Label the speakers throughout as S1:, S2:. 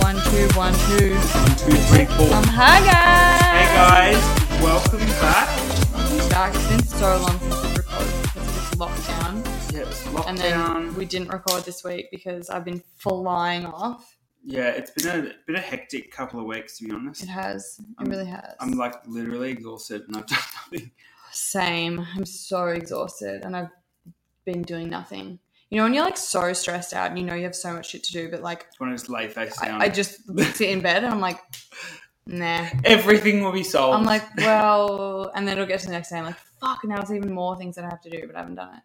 S1: One, two.
S2: One, two, three, four.
S1: Um, hi
S2: Hey
S1: guys.
S2: guys, welcome back.
S1: guys. It's been so long since we've recorded because of this lockdown,
S2: Yeah, it's
S1: and
S2: lockdown.
S1: then we didn't record this week because I've been flying off.
S2: yeah, it's been a bit of hectic couple of weeks to be honest.
S1: It has. It
S2: I'm-
S1: really has.
S2: I'm like literally exhausted and I've done nothing.
S1: Same. I'm so exhausted, and I've been doing nothing. You know, when you're like so stressed out, and you know you have so much shit to do, but like
S2: When I just lay face down,
S1: I, I just sit in bed and I'm like, nah.
S2: everything will be solved.
S1: I'm like, well, and then it'll get to the next day. I'm like, fuck, now it's even more things that I have to do, but I haven't done it.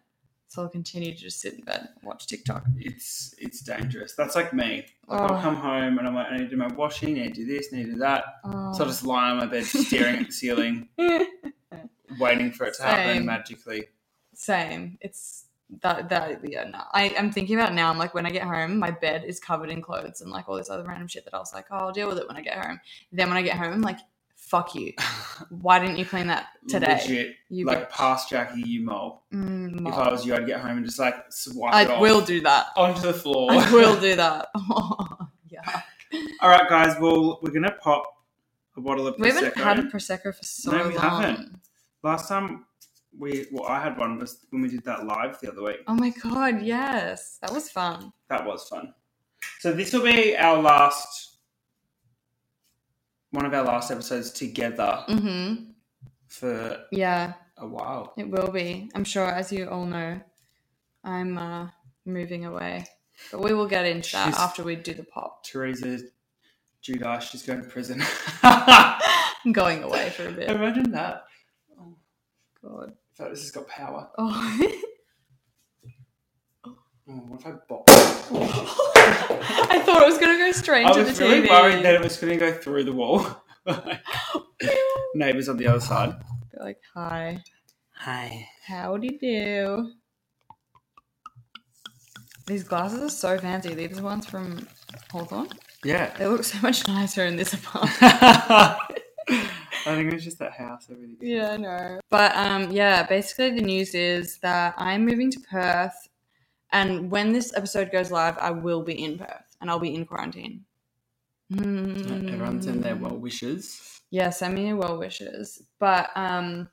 S1: So I'll continue to just sit in bed and watch TikTok.
S2: it's it's dangerous. That's like me. Like I'll
S1: Oh.
S2: come home and I'm like, I need to do my washing, I need to do this, I need to do that.
S1: Oh.
S2: So I just lie on my bed, staring at the ceiling, waiting for it to
S1: Same.
S2: happen magically.
S1: Same. It's that, that, yeah, no. I, I'm thinking about it now. I'm like, when I get home, my bed is covered in clothes and like all this other random shit that I was like, oh, I'll deal with it when I get home. Then when I get home, I'm like, fuck you. Why didn't you clean that today?
S2: Legit,
S1: You
S2: like
S1: bitch.
S2: past Jackie, you mole.
S1: Mm,
S2: If
S1: mom.
S2: I was you, I'd get home and just like swipe it
S1: I
S2: off
S1: will do that.
S2: onto the floor.
S1: I will do that. yeah.
S2: All right, guys. Well, we're gonna pop a bottle of
S1: We haven't
S2: prosecco.
S1: had a prosecco for so
S2: No, we
S1: long.
S2: haven't. Last time we, well, I had one was when we did that live the other week.
S1: Oh my god, yes, that was fun.
S2: That was fun. So this will be our last, one of our last episodes together
S1: Mm-hmm.
S2: for
S1: Yeah,
S2: a while.
S1: it will be. I'm sure, as you all know, I'm uh, moving away, but we will get into that
S2: She's-
S1: after we do the pop.
S2: Teresa Judas, she's going to prison.
S1: I'm going away for a bit.
S2: Imagine that.
S1: God.
S2: If that- this has got power.
S1: Oh.
S2: Oh, what if I bop?
S1: I thought it was gonna go straight
S2: I
S1: to
S2: was
S1: the
S2: really
S1: TV.
S2: worried that it was going to go through the wall. Neighbors on the other side.
S1: Be like, hi,
S2: Hi.
S1: howdy do. These glasses are so fancy. These are the ones from Hawthorne.
S2: Yeah.
S1: They look so much nicer in this apartment.
S2: I think it was just that house. Everything.
S1: Yeah, I know. But um, yeah, basically the news is that I'm moving to Perth, and when this episode goes live, I will be in Perth and I'll be in quarantine. Mm.
S2: Everyone's in their well wishes.
S1: Yeah, send me your well wishes. But um,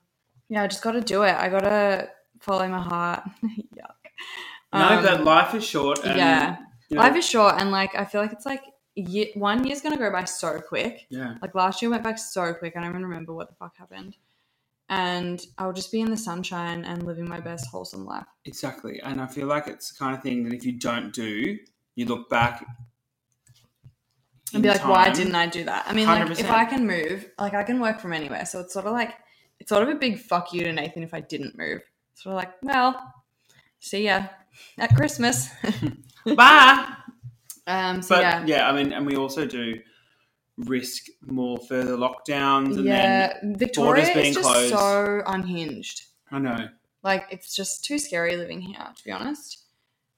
S1: yeah, I just got to do it. I got to follow my heart. Yuck.
S2: No,
S1: Um,
S2: but life is short. And,
S1: yeah,
S2: you know-
S1: life is short, and like I feel like it's like ye one year's gonna go by so quick.
S2: Yeah.
S1: Like last year went back so quick. I don't even remember what the fuck happened. And I'll just be in the sunshine and living my best wholesome life.
S2: Exactly. And I feel like it's the kind of thing that if you don't do, you look back
S1: And be like, why didn't I do that? I mean, like if
S2: 100%.
S1: I can move, like I can work from anywhere. So it's sort of like it's sort of a big fuck you to Nathan if I didn't move. Sort of like, well, see ya at Christmas.
S2: Bye.
S1: um so
S2: But
S1: yeah.
S2: yeah. I mean, and we also do risk more further lockdowns and then
S1: Yeah, Victoria
S2: borders being
S1: is just
S2: closed.
S1: so unhinged.
S2: I know.
S1: Like it's just too scary living here, to be honest.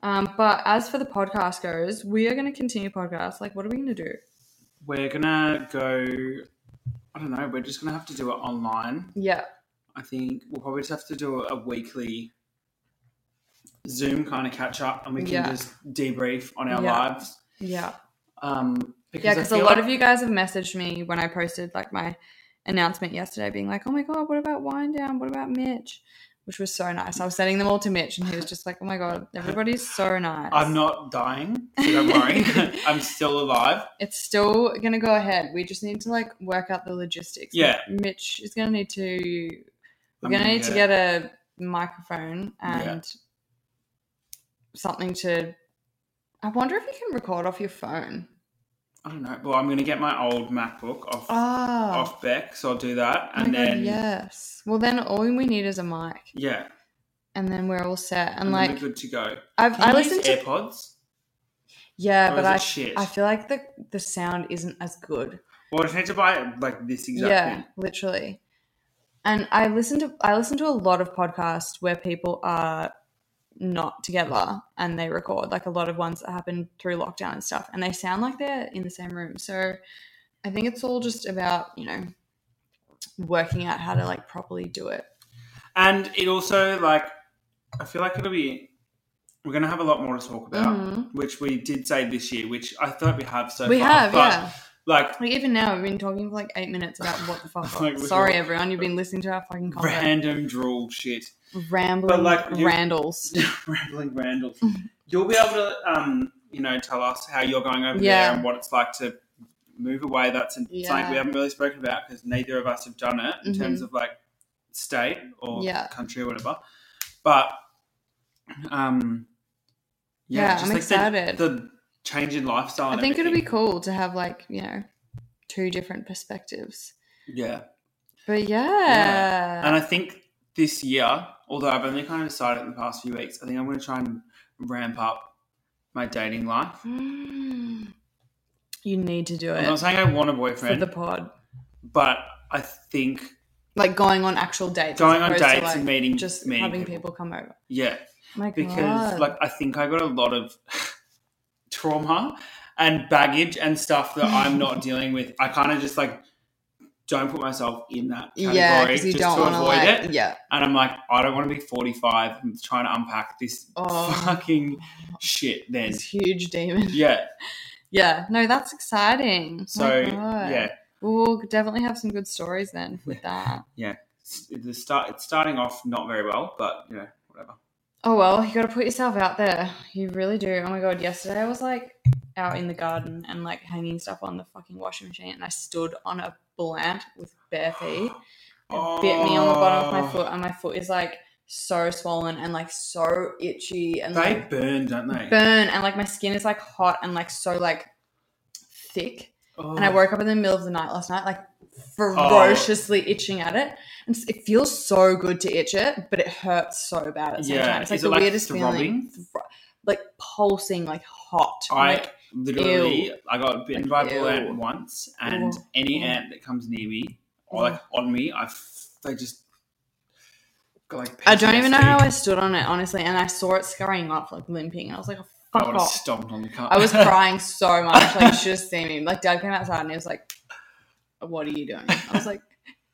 S1: Um, but as for the podcast goes, we are going to continue podcast. Like, what are we going to do?
S2: We're gonna go I don't know, we're just gonna have to do it online.
S1: Yeah,
S2: I think we'll probably just have to do a weekly Zoom kind of catch up and we can
S1: Yeah.
S2: just debrief on our
S1: Yeah.
S2: lives.
S1: yeah,
S2: Um because
S1: yeah.
S2: I
S1: Because a
S2: feel
S1: lot
S2: like-
S1: of you guys have messaged me when I posted like my announcement yesterday, being like, "Oh my god, what about wind down? What about Mitch?" Which was so nice. I was sending them all to Mitch, and he was just like, "Oh my god, everybody's so nice."
S2: I'm not dying, so don't worry. I'm still alive.
S1: It's still gonna go ahead. We just need to like work out the logistics.
S2: Yeah.
S1: Mitch is gonna need to. We're
S2: I'm
S1: gonna
S2: gonna
S1: need to
S2: get-
S1: get a microphone and
S2: Yeah.
S1: something to. I wonder if you can record off your phone.
S2: I don't know. Well, I'm gonna get my old MacBook off
S1: Ah.
S2: off Beck, so I'll do that,
S1: Oh my
S2: and
S1: God,
S2: then
S1: yes. Well, then all we need is a mic,
S2: yeah,
S1: and then we're all set. And,
S2: and then
S1: like,
S2: we're good to go.
S1: I've
S2: Can
S1: I
S2: you use
S1: listened to
S2: AirPods.
S1: yeah,
S2: or
S1: but
S2: is it
S1: I
S2: shit?
S1: I feel like the the sound isn't as good.
S2: Well, I just need to buy like this exact
S1: Yeah,
S2: thing.
S1: literally. And I listen to I listen to a lot of podcasts where people are not together and they record like a lot of ones that happen through lockdown and stuff and they sound like they're in the same room. So I think it's all just about, you know, working out how to like properly do it.
S2: And it also like, I feel like it'll be. We're gonna have a lot more to talk about,
S1: Mhm.
S2: which we did say this year, which I thought we have so
S1: we
S2: far.
S1: have,
S2: but
S1: yeah.
S2: Like
S1: Like even now, we've been talking for like eight minutes about what the fuck.
S2: Like, we-
S1: Sorry, everyone, you've been listening to our fucking content.
S2: random drool shit.
S1: rambling,
S2: But, like, you-
S1: Randalls.
S2: rambling Randall.
S1: Mm-hmm.
S2: You'll be able to, um, you know, tell us how you're going over
S1: Yeah.
S2: there and what it's like to move away. That's in- something
S1: Yeah.
S2: we haven't really spoken about because neither of us have done it in
S1: Mhm.
S2: terms of like state or
S1: Yeah.
S2: country or whatever. But, um, yeah,
S1: Yeah,
S2: just
S1: I'm
S2: like the-
S1: excited.
S2: The, change in lifestyle.
S1: I
S2: and
S1: think it'll be
S2: everything.
S1: cool to have like you know two different perspectives.
S2: Yeah,
S1: But
S2: and
S1: yeah,
S2: I think this year, although I've only kind of decided in the past few weeks, I think I'm going to try and ramp up my dating life.
S1: Mm. you need to do
S2: I'm not
S1: it
S2: saying I want a
S1: for
S2: boyfriend,
S1: the pod.
S2: but I think
S1: Like going on actual dates, as
S2: going on
S1: opposed to,
S2: dates
S1: like,
S2: and meeting,
S1: just
S2: meeting
S1: having people. come over.
S2: yeah,
S1: My
S2: because
S1: God.
S2: like I think I got a lot of trauma and baggage and stuff that I'm not dealing with. I kind of just like don't put myself in that category
S1: yeah, because you
S2: just
S1: don't
S2: to
S1: want to
S2: avoid
S1: like
S2: it.
S1: yeah.
S2: And I'm like, I don't want to be 45 and trying to unpack this
S1: Oh.
S2: fucking shit. Then
S1: This huge demon.
S2: yeah,
S1: Yeah, no, that's exciting. Oh My
S2: so
S1: God.
S2: yeah,
S1: We'll definitely have some good stories then with that.
S2: it's, the start it's starting off not very well, but you know whatever.
S1: Oh well, you got to put yourself out there. You really do. Oh my god, yesterday I was like out in the garden and like hanging stuff on the fucking washing machine, and I stood on a plant with bare feet. It bit me on the bottom of
S2: Oh.
S1: my foot, and my foot is like so swollen and like so itchy and
S2: They
S1: like
S2: burn, don't they?
S1: burn, and like my skin is like hot and like so like thick.
S2: Oh.
S1: And I woke up in the middle of the night last night, like ferociously itching at it. And s- it feels so good to itch it, but it hurts so bad at the same
S2: Yeah.
S1: time. It's like
S2: Is it
S1: the
S2: like
S1: weirdest feeling.
S2: throbbing?
S1: Thro- Like pulsing, like hot.
S2: I
S1: like,
S2: literally, I got bitten
S1: Like,
S2: by a bull
S1: ew.
S2: ant once, and
S1: Ugh.
S2: any
S1: Ugh.
S2: ant that comes near me or like on me, I f- they just got like.
S1: I don't even know how
S2: PTSD.
S1: I stood on it, honestly. And I saw it scurrying off, like limping. And I was like, oh,
S2: I
S1: fuck
S2: would have
S1: off.
S2: stomped on the car.
S1: I was crying so much. Like, you should have seen me. Like, dad came outside and he was like, what are you doing? I was like,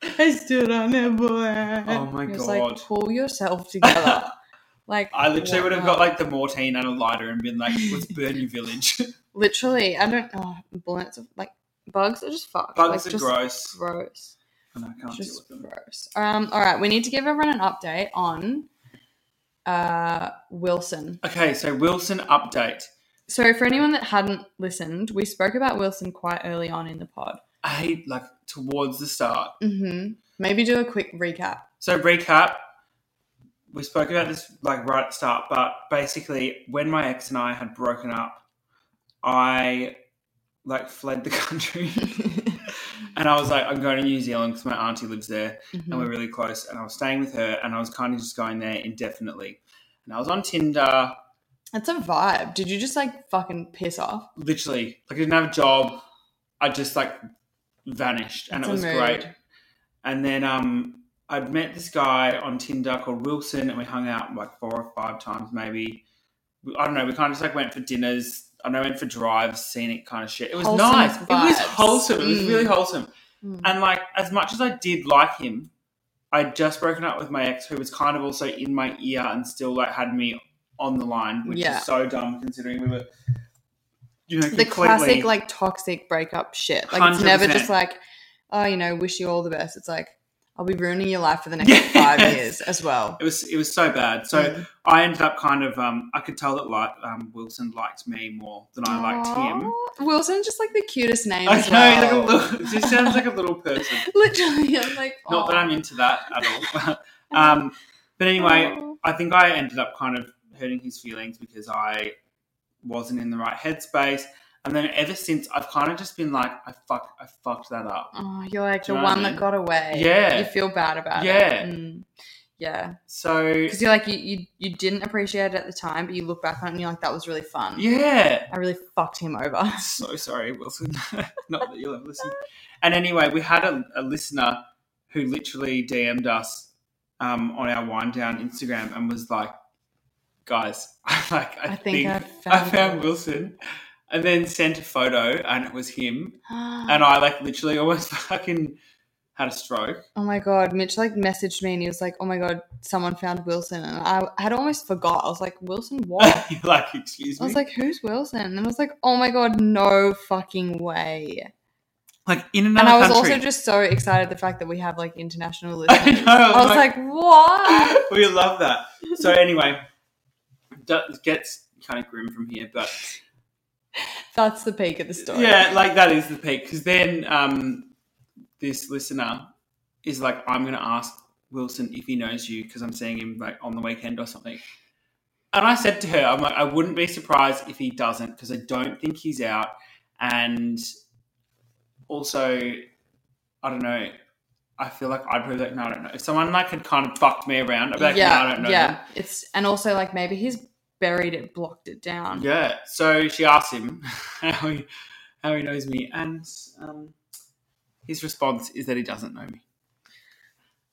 S1: I stood on it, boy.
S2: Oh my
S1: He was like,
S2: God.
S1: pull yourself together. Like
S2: I literally would have
S1: wow.
S2: got like the mortine and a lighter and been like, "Let's burn your village."
S1: Literally, I don't. Oh, bullets of like bugs are just fucked.
S2: Bugs
S1: like,
S2: are
S1: just
S2: gross,
S1: Gross.
S2: and I can't deal
S1: Just
S2: with them.
S1: gross. Um. All right, we need to give everyone an update on uh Wilson.
S2: Okay, so Wilson update.
S1: So for anyone that hadn't listened, we spoke about Wilson quite early on in the pod.
S2: I hate like towards the start.
S1: Mm-hmm. Maybe do a quick recap.
S2: So recap. We spoke about this like right at the start, but basically, when my ex and I had broken up, I like fled the country, and I was like, I'm going to New Zealand because my auntie lives there, and
S1: Mhm.
S2: we're really close. And I was staying with her, and I was kind of just going there indefinitely. And I was on Tinder,
S1: That's a vibe. Did you just like fucking piss off?
S2: literally, like I didn't have a job. I just like vanished, and
S1: That's
S2: it
S1: a
S2: was
S1: mood.
S2: great. And then um, I'd met this guy on Tinder called Wilson, and we hung out like four or five times, maybe. We- I don't know. We kind of just like went for dinners. I know went for drives, scenic kind of shit. It was
S1: Wholesome
S2: nice. It was
S1: vibes.
S2: wholesome. It was
S1: Mm.
S2: really wholesome.
S1: Mm.
S2: And like, as much as I did like him, I'd just broken up with my ex, who was kind of also in my ear and still like had me on the line, which
S1: Yeah.
S2: is so dumb considering we were, you know,
S1: the
S2: completely
S1: classic like toxic breakup shit. Like it's never
S2: 100%.
S1: just like, oh, you know, wish you all the best. It's like I'll be ruining your life for the next
S2: Yes.
S1: five years as well.
S2: It was it was so bad. So
S1: Mm.
S2: I ended up kind of um, I could tell that like um, Wilson liked me more than I liked him.
S1: Aw, Wilson's just like the cutest name.
S2: I
S1: as
S2: know, like a
S1: well.
S2: little, it just sounds like a little person.
S1: Literally, I'm like,
S2: Not that
S1: aw.
S2: I'm into that at all. um, but anyway, I think I ended up kind of hurting his feelings because I wasn't in the right headspace. And then ever since, I've kind of just been like, I fuck, I fucked that up.
S1: Aw. Oh, you're like
S2: Do
S1: the
S2: you know what I
S1: one that
S2: mean?
S1: got away.
S2: Yeah.
S1: you feel bad about
S2: Yeah.
S1: it. Mm. Yeah,
S2: So
S1: because you're like you, you you didn't appreciate it at the time, but you look back on it and you're like, that was really fun.
S2: yeah,
S1: I really fucked him over.
S2: so sorry, Wilson. Not that you'll ever listen. And anyway, we had a, a listener who literally DM'd us um, on our wind down Instagram and was like, "Guys, I like I,
S1: I think
S2: think,
S1: I
S2: I
S1: found
S2: found
S1: it."
S2: Wilson," and then sent a photo, and it was him.
S1: Oh.
S2: And I like literally almost fucking had a stroke.
S1: Oh my god, Mitch like messaged me and he was like, "Oh my god, someone found Wilson," and I had almost forgot. I was like, "Wilson what?"
S2: You're like, excuse
S1: I
S2: me.
S1: was like, "Who's Wilson?" And I was like, "Oh my god, no fucking way!"
S2: like in another
S1: And I was
S2: country.
S1: also just so excited the fact that we have like international listeners.
S2: I know.
S1: I was like, what?
S2: we love that. So anyway, that gets kind of grim from here, but
S1: That's the peak of the story.
S2: yeah, like that is the peak. Because then um, this listener is like, I'm going to ask Wilson if he knows you because I'm seeing him like on the weekend or something. And I said to her, I'm like, I wouldn't be surprised if he doesn't because I don't think he's out. And also, I don't know. I feel like I'd probably be like, no, I don't know. If someone like had kind of fucked me around, I'd be like,
S1: yeah,
S2: no, I don't know.
S1: yeah.
S2: them.
S1: It's and also like maybe he's buried it, blocked it down.
S2: Yeah. So she asked him how he, how he knows me, and um, his response is that he doesn't know me.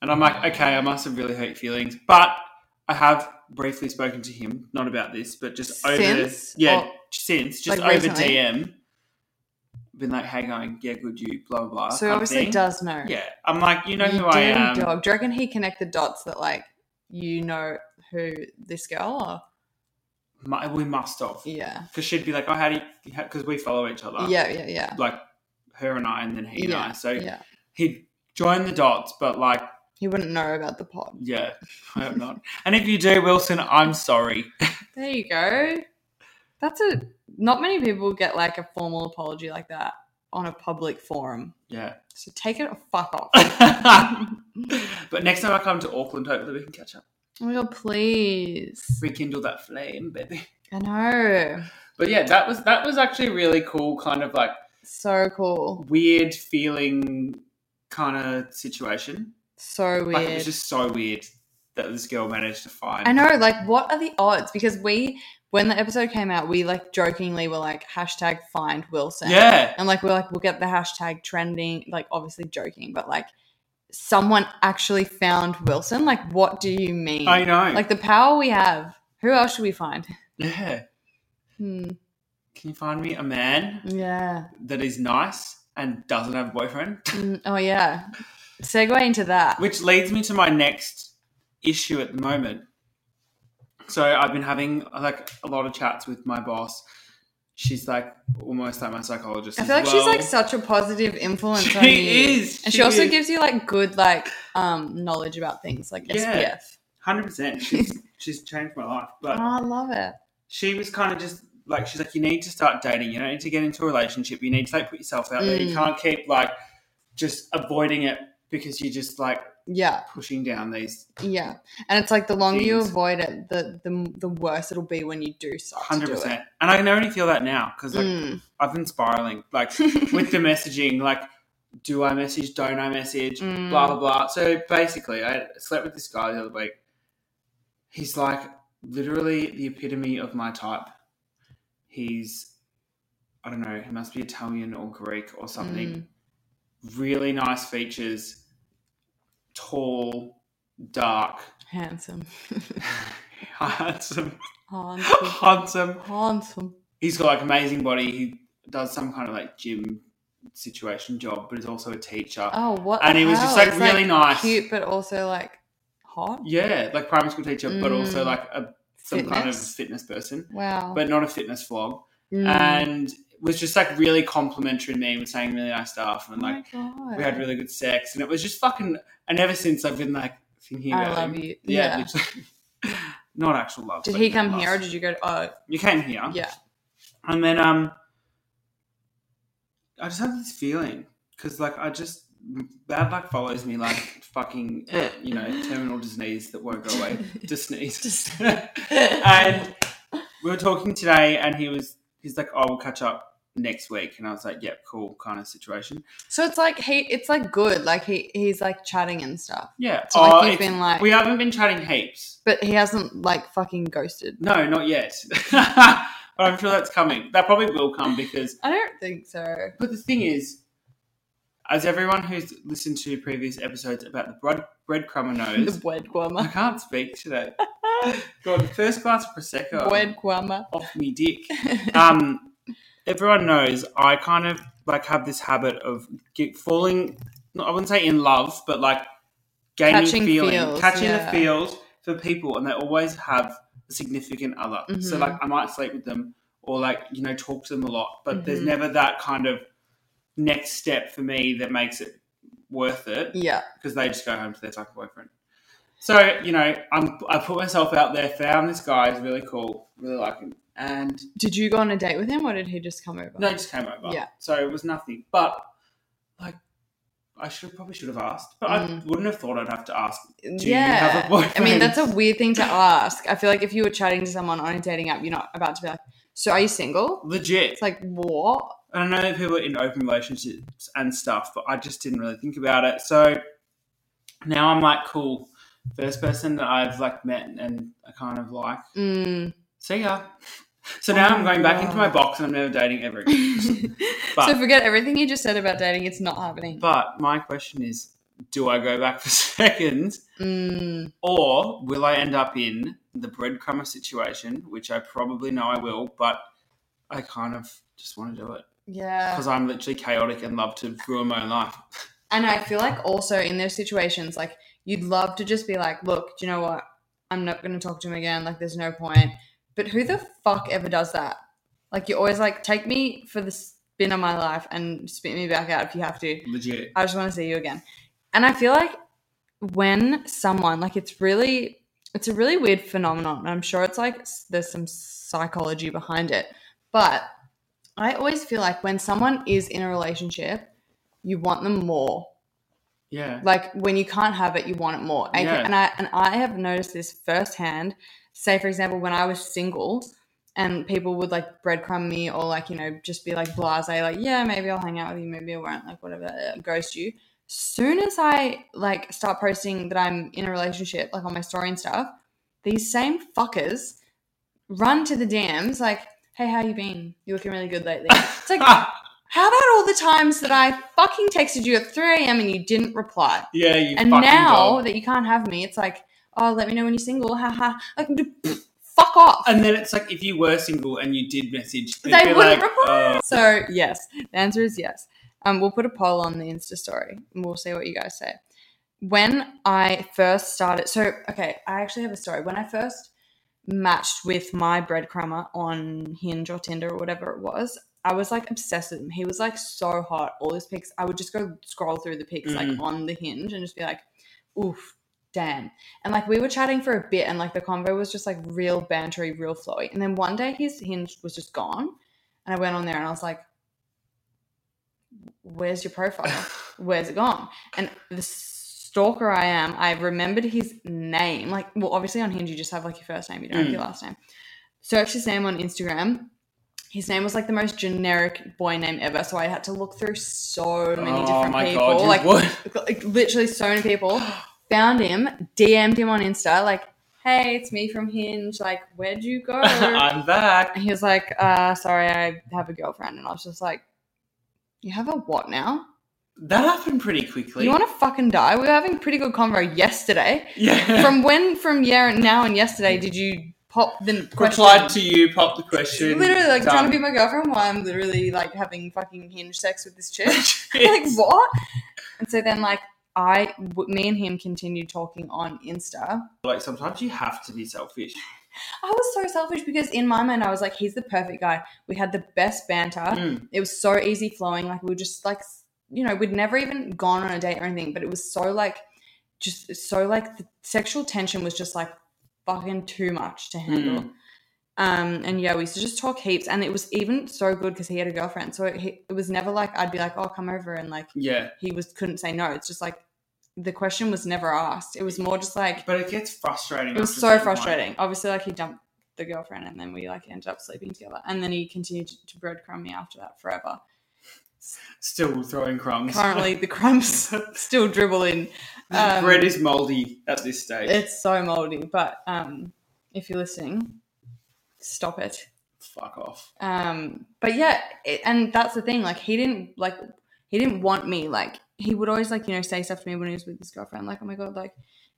S2: And I'm like, okay, I must have really hurt your feelings, but I have briefly spoken to him, not about this, but just over,
S1: Since?
S2: yeah,
S1: Or-
S2: since just
S1: like
S2: over
S1: recently?
S2: DM, been like, hey, going, yeah, good, you, blah blah blah.
S1: So
S2: kind of
S1: obviously
S2: thing.
S1: does know.
S2: Yeah, I'm like, you know
S1: You
S2: who I
S1: dirty
S2: am.
S1: Dog. Do you reckon he connect the dots that like you know who this girl or
S2: My, we must have,
S1: yeah.
S2: because she'd be like, oh, how do you? Because we follow each other.
S1: Yeah, yeah, yeah.
S2: like her and I, and then he and
S1: Yeah,
S2: I. So
S1: Yeah.
S2: he'd join the dots, but like,
S1: He wouldn't know about the pod.
S2: yeah, I hope not. And if you do, Wilson, I'm sorry.
S1: There you go. That's a not many people get like a formal apology like that on a public forum.
S2: Yeah.
S1: So take it or fuck off.
S2: but next time I come to Auckland, hopefully we can catch up.
S1: oh my god, please.
S2: Rekindle that flame, baby.
S1: I know.
S2: But yeah, that was that was actually a really cool kind of like
S1: So cool.
S2: weird feeling kind of situation.
S1: So weird.
S2: Like it was just so weird that this girl managed to find
S1: I know, like, what are the odds? Because we, when the episode came out, we like jokingly were like, hashtag find Wilson.
S2: Yeah.
S1: And like, we're like, we'll get the hashtag trending, like, obviously joking, but like, someone actually found Wilson. Like, what do you mean?
S2: I know.
S1: Like, the power we have. Who else should we find?
S2: yeah.
S1: Hmm.
S2: Can you find me a man?
S1: Yeah.
S2: that is nice and doesn't have a boyfriend.
S1: Mm, oh, yeah. Segue into that.
S2: Which leads me to my next issue at the moment. So I've been having like a lot of chats with my boss. She's like almost like my psychologist.
S1: I
S2: as
S1: feel like she's
S2: well.
S1: like such a positive influence
S2: She
S1: on you.
S2: is,
S1: And she,
S2: she
S1: also
S2: is.
S1: gives you like good like um knowledge about things like
S2: Yeah.
S1: SPF.
S2: hundred percent. She's she's changed my life.
S1: Oh,
S2: But
S1: I love it.
S2: she was kind of just like she's like, you need to start dating. You don't need to get into a relationship. You need to like put yourself out there. You
S1: Mm.
S2: can't keep like just avoiding it because you're just like
S1: Yeah,
S2: pushing down these
S1: yeah. And it's like the longer you
S2: Things.
S1: avoid it, the the the worse it'll be when you do start to
S2: hundred
S1: do it.
S2: percent. And I can only feel that now because like
S1: Mm.
S2: I've been spiraling. Like with the messaging, like, do I message? Don't I message?
S1: Mm.
S2: Blah blah blah. So basically, I slept with this guy the other week. He's like literally the epitome of my type. He's, I don't know, he must be Italian or Greek or something.
S1: Mm.
S2: Really nice features, tall, dark,
S1: Handsome,
S2: handsome,
S1: handsome,
S2: handsome.
S1: handsome.
S2: he's got like amazing body. He does some kind of like gym situation job, but is also a teacher.
S1: Oh, what?
S2: And
S1: the
S2: he was just,
S1: hell?
S2: like,
S1: It's,
S2: really nice.
S1: cute, but also like hot.
S2: Yeah, like primary school teacher, but also
S1: Mm.
S2: like a some kind of
S1: Fitness.
S2: fitness person,
S1: Wow.
S2: but not a fitness vlog.
S1: Mm.
S2: And was just like really complimentary to me and was saying really nice stuff
S1: oh
S2: and like
S1: my god,
S2: we had really good sex and it was just fucking. And ever since I've been like thinking
S1: I
S2: about
S1: love
S2: him.
S1: you.
S2: Yeah,
S1: Yeah.
S2: literally. not actual love.
S1: Did
S2: but
S1: he come
S2: love.
S1: here or did you go? To, oh,
S2: you came here?
S1: yeah.
S2: And then um, I just have this feeling because like I just bad luck follows me like fucking you know terminal disease that won't go away. Just sneeze.
S1: Just-
S2: and we were talking today, and he was he's like, "Oh, we'll catch up next week," and I was like, "Yep, cool," kind of situation.
S1: So it's like he, it's like good. Like he, he's like chatting and stuff.
S2: Yeah.
S1: So like
S2: Oh,
S1: you've
S2: it's-
S1: been, like-
S2: we haven't been chatting heaps.
S1: But he hasn't like fucking ghosted.
S2: No, not yet. but I'm sure that's coming. That probably will come because
S1: I don't think so.
S2: But the thing is, as everyone who's listened to previous episodes about the bread breadcrumber
S1: The
S2: knows, I
S1: Wedgwama.
S2: can't speak today. Got the first glass of prosecco
S1: Wedgwama.
S2: off me dick. Um, everyone knows I kind of like have this habit of get falling. no, I wouldn't say in love, but like gaining
S1: Catching
S2: feeling,
S1: feels,
S2: catching
S1: yeah.
S2: the feels for people, and they always have a significant other. So
S1: Mhm.
S2: like I might sleep with them or like you know talk to them a lot, but there's
S1: Mhm.
S2: never that kind of next step for me that makes it worth it
S1: Yeah.
S2: because they just go home to their type of boyfriend. So you know, I'm I put myself out there, found this guy is really cool, really like him, and
S1: Did you go on a date with him or did he just come over?
S2: they just came over.
S1: Yeah.
S2: So it was nothing, but like I should probably should have asked, but I
S1: Mm.
S2: wouldn't have thought I'd have to ask. Do you have a
S1: yeah.
S2: boyfriend?
S1: I mean, that's a weird thing to ask. I feel like if you were chatting to someone on a dating app, you're not about to be like, so are you single?
S2: legit.
S1: It's like, what?
S2: I know that people are in open relationships and stuff, but I just didn't really think about it. So now I'm like, cool. First person that I've like met and I kind of like,
S1: Mm.
S2: see ya. So
S1: Oh
S2: now I'm
S1: my
S2: going back into
S1: God.
S2: my box and I'm never dating ever again. But-
S1: so forget everything you just said about dating. It's not happening.
S2: but my question is, do I go back for seconds
S1: Mm.
S2: or will I end up in the breadcrumber situation, which I probably know I will, but I kind of just want to do it
S1: Yeah.
S2: because I'm literally chaotic and love to ruin my own life.
S1: And I feel like also in those situations, like you'd love to just be like, look, do you know what? I'm not going to talk to him again. Like, there's no point. But who the fuck ever does that? Like, you're always like, take me for the spin of my life and spit me back out if you have to.
S2: Legit.
S1: I just want to see you again. And I feel like when someone, like, it's really, it's a really weird phenomenon. And I'm sure it's like s- there's some psychology behind it. But I always feel like when someone is in a relationship, you want them more
S2: Yeah.
S1: like when you can't have it you want it more And-
S2: Yeah.
S1: and i and i have noticed this firsthand say for example when i was single and people would like breadcrumb me or like you know just be like blase like yeah maybe i'll hang out with you maybe i won't like whatever uh, ghost you soon as i like start posting that i'm in a relationship like on my story and stuff these same fuckers run to the dms like hey how you been you're looking really good lately it's like
S2: Ah,
S1: how about all the times that i fucking texted you at 3am and you didn't reply
S2: Yeah, you
S1: and
S2: fucking
S1: now
S2: dog.
S1: that you can't have me, it's like, oh, let me know when you're single. Haha. Like, pff, fuck off.
S2: And then it's like if you were single and you did message, they'd
S1: they
S2: be
S1: wouldn't
S2: like,
S1: reply.
S2: "Oh,
S1: So yes, the answer is yes. Um, we'll put a poll on the Insta story and we'll see what you guys say. When I first started, so okay, I actually have a story. When I first matched with my breadcrumber on Hinge or Tinder or whatever it was, I was like obsessed with him. He was like so hot. All his pics, I would just go scroll through the pics like
S2: Mhm.
S1: on the Hinge and just be like, oof, damn. And like we were chatting for a bit, and like the convo was just like real bantery, real flowy. And then one day his Hinge was just gone, and I went on there and I was like, "Where's your profile? Where's it gone?" And the stalker I am, I remembered his name. Like, well, obviously on Hinge you just have like your first name, you
S2: Mm.
S1: don't have your last name. Searched his name on Instagram. His name was like the most generic boy name ever, so I had to look through so many
S2: oh
S1: different
S2: my
S1: people.
S2: god, you
S1: like,
S2: would."
S1: like literally so many people found him dm'd him on insta like hey it's me from hinge like where'd you go and
S2: I'm back.
S1: he was like uh sorry i have a girlfriend and i was just like you have a what now
S2: That happened pretty quickly.
S1: you want to fucking die we were having pretty good convo yesterday
S2: yeah.
S1: from when from yeah now and yesterday did you pop the question
S2: replied to you, popped the question.
S1: literally like
S2: done.
S1: trying to be my girlfriend while i'm literally like having fucking hinge sex with this chick like what? And so then like I, w- me and him continued talking on Insta.
S2: Like sometimes you have to be selfish.
S1: I was so selfish because in my mind I was like, he's the perfect guy. We had the best banter.
S2: Mm.
S1: It was so easy flowing. Like we were just like, s- you know, we'd never even gone on a date or anything, but it was so like, just so like the sexual tension was just like fucking too much to handle.
S2: Mm.
S1: Um, and yeah, we used to just talk heaps, and it was even so good because he had a girlfriend, so it, he- it was never like I'd be like, "Oh, come over," and like
S2: Yeah,
S1: he was couldn't say no. It's just like the question was never asked. It was more just like
S2: but it gets frustrating.
S1: it was
S2: after
S1: so
S2: some
S1: frustrating. Obviously, like he dumped the girlfriend, and then we like ended up sleeping together, and then he continued to breadcrumb me after that forever.
S2: time. Still throwing crumbs.
S1: Currently, the crumbs still dribble in.
S2: The
S1: um,
S2: bread is moldy at this stage.
S1: It's so moldy, but um, if you're listening, stop it.
S2: Fuck off.
S1: um but yeah it, and that's the thing like he didn't like he didn't want me like he would always like you know say stuff to me when he was with his girlfriend like oh my god like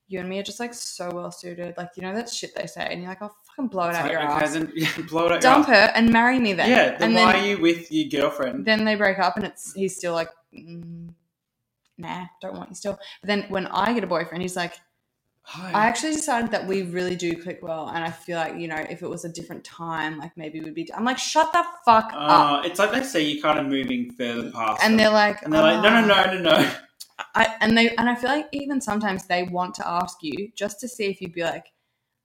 S1: you and me are just like so well suited like you know that shit they say and you're like oh fucking blow it
S2: It's
S1: out
S2: like,
S1: your
S2: okay,
S1: ass
S2: then yeah, blow it out.
S1: dump
S2: your
S1: her and marry me
S2: ass.
S1: then
S2: Yeah, then
S1: and
S2: why
S1: then
S2: are you with your girlfriend?
S1: then they break up and it's he's still like mm, nah don't want you still but then when I get a boyfriend he's like
S2: Hi.
S1: I actually decided that we really do click well, and I feel like you know if it was a different time, like maybe we'd be. I'm like, shut the fuck up,
S2: Uh, it's like they see you kind of moving further past,
S1: and
S2: them.
S1: they're like,
S2: and they're like, no,
S1: "Ah."
S2: no, no, no, no.
S1: I and they and I feel like even sometimes they want to ask you just to see if you'd be like,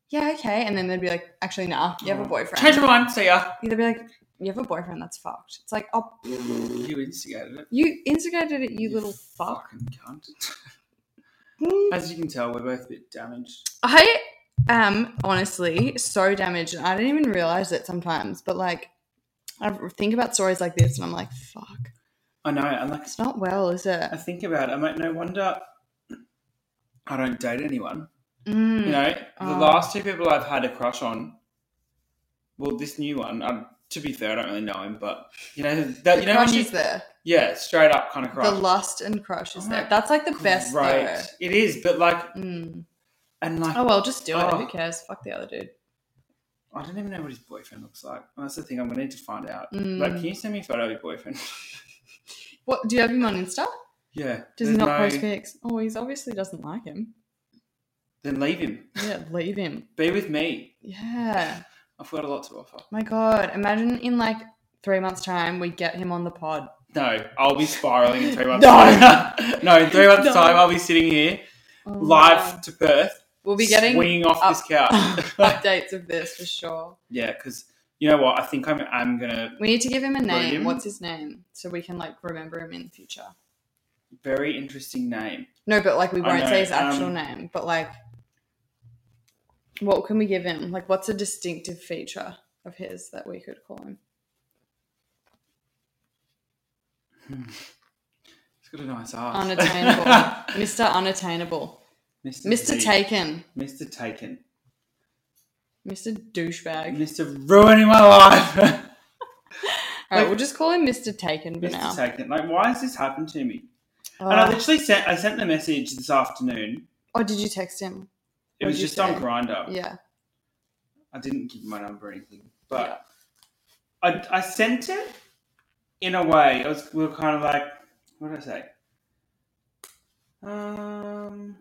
S1: yeah, okay, and then they'd be like, actually, nah, you have a
S2: Oh. Change
S1: boyfriend.
S2: your mind. See ya.
S1: They'd be like, you have a boyfriend. That's fucked. It's like, oh,
S2: You instigated it.
S1: you instigated it, you, little fuck.
S2: Fucking cunt.
S1: Mm.
S2: As you can tell, we're both a bit damaged.
S1: I am honestly so damaged, and I didn't even realize it sometimes. But like, I think about stories like this, and I'm like, fuck,
S2: I know. And like,
S1: it's not well, is it?
S2: I think about it. I'm like, no wonder I don't date anyone.
S1: Mm.
S2: You know, the
S1: Oh.
S2: last two people I've had a crush on. Well, this new one. i to be fair, I don't really know him, but you know that
S1: the
S2: you know
S1: crush
S2: when you,
S1: is there.
S2: yeah, straight up kind of crush. Oh,
S1: The lust and crush is
S2: I'm
S1: there.
S2: like,
S1: That's like the best.
S2: right?
S1: Right.
S2: It is, but like,
S1: Mm.
S2: and like,
S1: Oh well, just do it.
S2: Oh.
S1: Who cares? Fuck the other dude.
S2: I don't even know what his boyfriend looks like. That's the thing. I'm gonna need to find out.
S1: Mm.
S2: Like, can you send me a photo of your boyfriend?
S1: What do you have him on Insta?
S2: yeah.
S1: Does he
S2: Then,
S1: not
S2: like,
S1: post pics? Oh, he's obviously doesn't like him.
S2: Then leave him.
S1: Yeah, leave him.
S2: Be with me.
S1: Yeah.
S2: I've got a lot to offer.
S1: My God, imagine in like three months' time we get him on the pod.
S2: No, I'll be spiraling in three months.
S1: No.
S2: time. no, in three months'
S1: No.
S2: time, I'll be sitting here
S1: Oh my
S2: live
S1: God.
S2: to Perth,
S1: We'll be getting
S2: swinging off
S1: up-
S2: this couch.
S1: updates of this for sure.
S2: yeah, because you know what? I think I'm. I'm gonna
S1: We need to give him a name.
S2: William?
S1: What's his name? So we can like remember him in the future.
S2: very interesting name.
S1: No, but like we
S2: I
S1: won't
S2: know,
S1: say his actual
S2: um,
S1: name, but like what can we give him? Like what's a distinctive feature of his that we could call him?
S2: It's got a nice ass.
S1: Unattainable. Mr. Unattainable.
S2: Mr.
S1: Mr.
S2: T.
S1: Taken.
S2: Mr. Taken.
S1: Mr. Douchebag.
S2: Mr. Ruining my life.
S1: Alright, we'll just call him Mr. Taken for now.
S2: Mr. Taken. Like, why has this happened to me?
S1: oh.
S2: And I literally sent. I sent the message this afternoon.
S1: Oh, did you text him?
S2: It
S1: What'd
S2: was
S1: you
S2: just on
S1: say?
S2: Grinder.
S1: Yeah.
S2: I didn't give my number or anything, but. I, I sent it in a way. I was we were kind of like, what did I say? Um,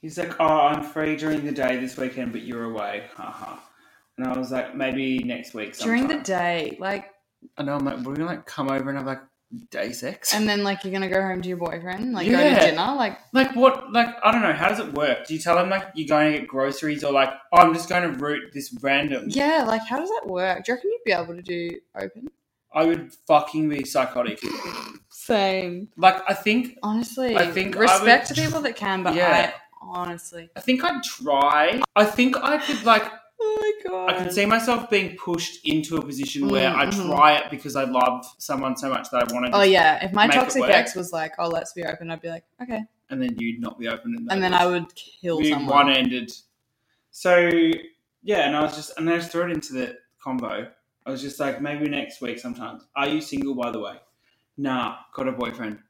S2: he's like, oh, I'm free during the day this weekend, but you're away. Haha. And I was like, maybe next week.
S1: during the
S2: sometime."
S1: day, like
S2: And I'm like, we're gonna like come over and have like day sex.
S1: and then like you're gonna go home to your boyfriend, like go
S2: Yeah.
S1: to dinner, like
S2: like what? Like I don't know. How does it work? Do you tell him like you're going to get groceries or like, oh, I'm just going to root this random?
S1: Yeah, like how does that work? Do you reckon you'd be able to do open?
S2: I would fucking be psychotic.
S1: Same.
S2: like I think
S1: Honestly,
S2: I think I
S1: respect
S2: would-
S1: to people that can, but I
S2: Yeah.
S1: honestly,
S2: I think I'd try. I think I could like
S1: oh my god,
S2: I can see myself being pushed into a position where
S1: Mm,
S2: I
S1: mhm.
S2: try it because I love someone so much that I want to.
S1: Oh yeah, if my
S2: make it
S1: toxic
S2: work.
S1: ex was like, "Oh, let's be open," I'd be like, "Okay,"
S2: And then you'd not be open. And,
S1: and then I would kill
S2: be
S1: someone.
S2: one ended. So yeah, and I was just and I just threw it into the combo. I was just like, maybe next week sometimes. Are you single by the way? Nah, got a boyfriend.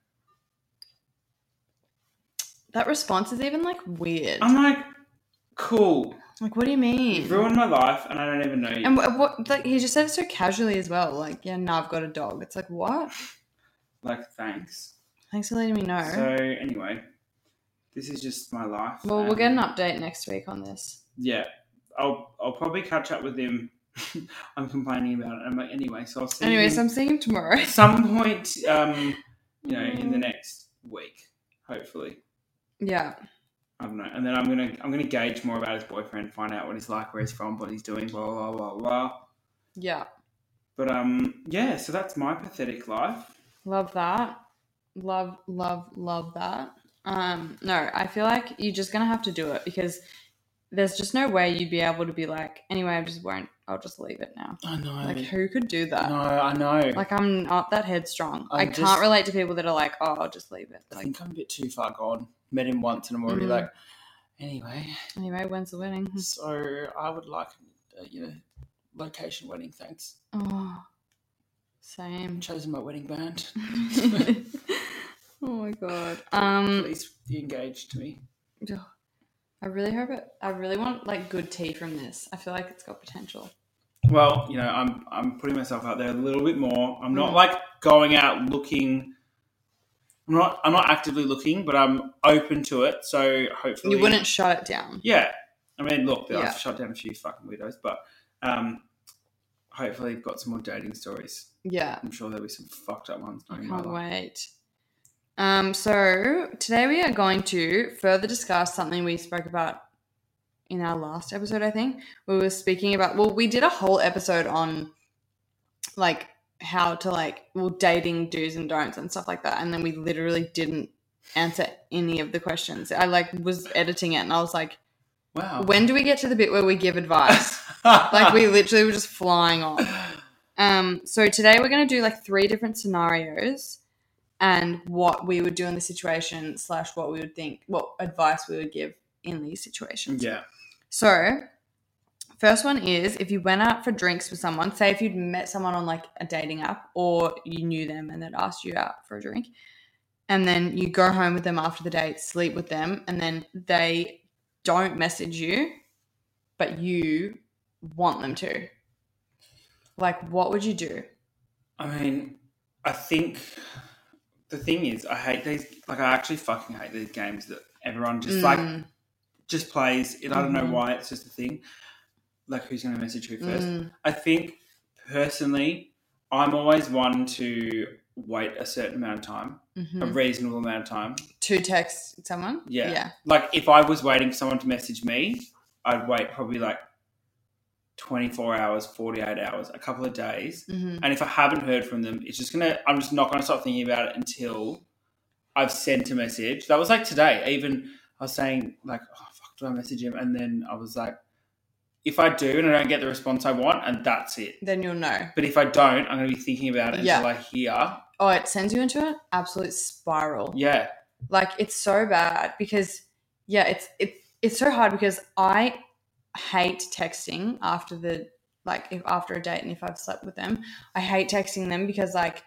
S1: That response is even like weird.
S2: I'm like, cool.
S1: like, what do you mean?
S2: You've ruined my life, and I don't even know you.
S1: and what, what? Like he just said it so casually as well. Like, yeah, no, I've got a dog. It's like, what?
S2: like, thanks.
S1: Thanks for letting me know.
S2: So anyway, this is just my life.
S1: well, we'll get an
S2: and-
S1: update next week on this.
S2: yeah, I'll I'll probably catch up with him. I'm complaining about it. I'm like, anyway, so I'll see
S1: Anyway, so
S2: him
S1: I'm seeing him tomorrow.
S2: at some point, um, you know, in the
S1: Mm.
S2: next week, hopefully.
S1: yeah.
S2: I don't know. And then I'm gonna I'm gonna gauge more about his boyfriend, find out what he's like, where he's from, what he's doing, blah blah blah blah.
S1: Yeah.
S2: But um, yeah. So that's my pathetic life.
S1: Love that. Love, love, love that. Um, no, I feel like you're just gonna have to do it because there's just no way you'd be able to be like, anyway, I just won't I'll just leave it now.
S2: I know.
S1: Like who could do that?
S2: no, I know.
S1: Like I'm not that headstrong.
S2: I'm
S1: I'm I can not
S2: just-
S1: relate to people that are like, Oh, I'll just leave it.
S2: I
S1: Like
S2: think I'm a bit too far gone. Met him once, and I'm already
S1: Mhm.
S2: like, anyway.
S1: anyway, when's the wedding?
S2: So I would like, uh, you know, location wedding. Thanks.
S1: Oh same.
S2: chosen my wedding band.
S1: oh my god. Um
S2: Please engaged me.
S1: I really hope it I really want like good tea from this. I feel like it's got potential.
S2: Well, you know, I'm I'm putting myself out there a little bit more. I'm not
S1: Mm.
S2: like going out looking I'm not I'm not actively looking, but I'm open to it. So hopefully
S1: You wouldn't shut it down.
S2: Yeah. I mean, look, I've
S1: Yeah.
S2: shut down a few fucking widows, but um, hopefully you've got some more dating stories.
S1: Yeah.
S2: I'm sure there'll be some fucked up ones.
S1: I
S2: knowing my
S1: can't
S2: luck.
S1: wait. Um, so today we are going to further discuss something we spoke about in our last episode, I think. We were speaking about well, we did a whole episode on like how to like well dating do's and don'ts and stuff like that, and then we literally didn't answer any of the questions. I like was editing it and I was like,
S2: Wow.
S1: when do we get to the bit where we give advice? like we literally were just flying off. Um, so today we're going to do like three different scenarios and what we would do in the situation slash what we would think, what advice we would give in these situations.
S2: Yeah.
S1: So first one is if you went out for drinks with someone, say if you'd met someone on like a dating app or you knew them and they'd asked you out for a drink and then you go home with them after the date, sleep with them and then they don't message you, but you want them to. Like what would you do?
S2: I mean, I think the thing is, I hate these. Like, I actually fucking hate these games that everyone just like
S1: Mm,
S2: just plays. It. I don't know
S1: Mhm.
S2: why. It's just a thing. Like, who's going to message who first?
S1: mm,
S2: I think personally, I'm always one to wait a certain amount of time,
S1: mhm.
S2: a reasonable amount of time.
S1: to text someone.
S2: Yeah.
S1: Yeah.
S2: Like, if I was waiting for someone to message me, I'd wait probably like 24 hours, 48 hours, a couple of days.
S1: hmm
S2: And if I haven't heard from them, it's just gonna. I'm just not gonna stop thinking about it until I've sent a message. That was like today. Even I was saying like, oh fuck, do I message him? And then I was like, if I do and I don't get the response I want, and that's it.
S1: Then you'll know.
S2: But if I don't, I'm gonna be thinking about it
S1: Yeah.
S2: until I hear.
S1: Oh, it sends you into an absolute spiral.
S2: Yeah,
S1: Like it's so bad because yeah, it's it's it's so hard because I hate texting after the like if after a date and if I've slept with them. I hate texting them because like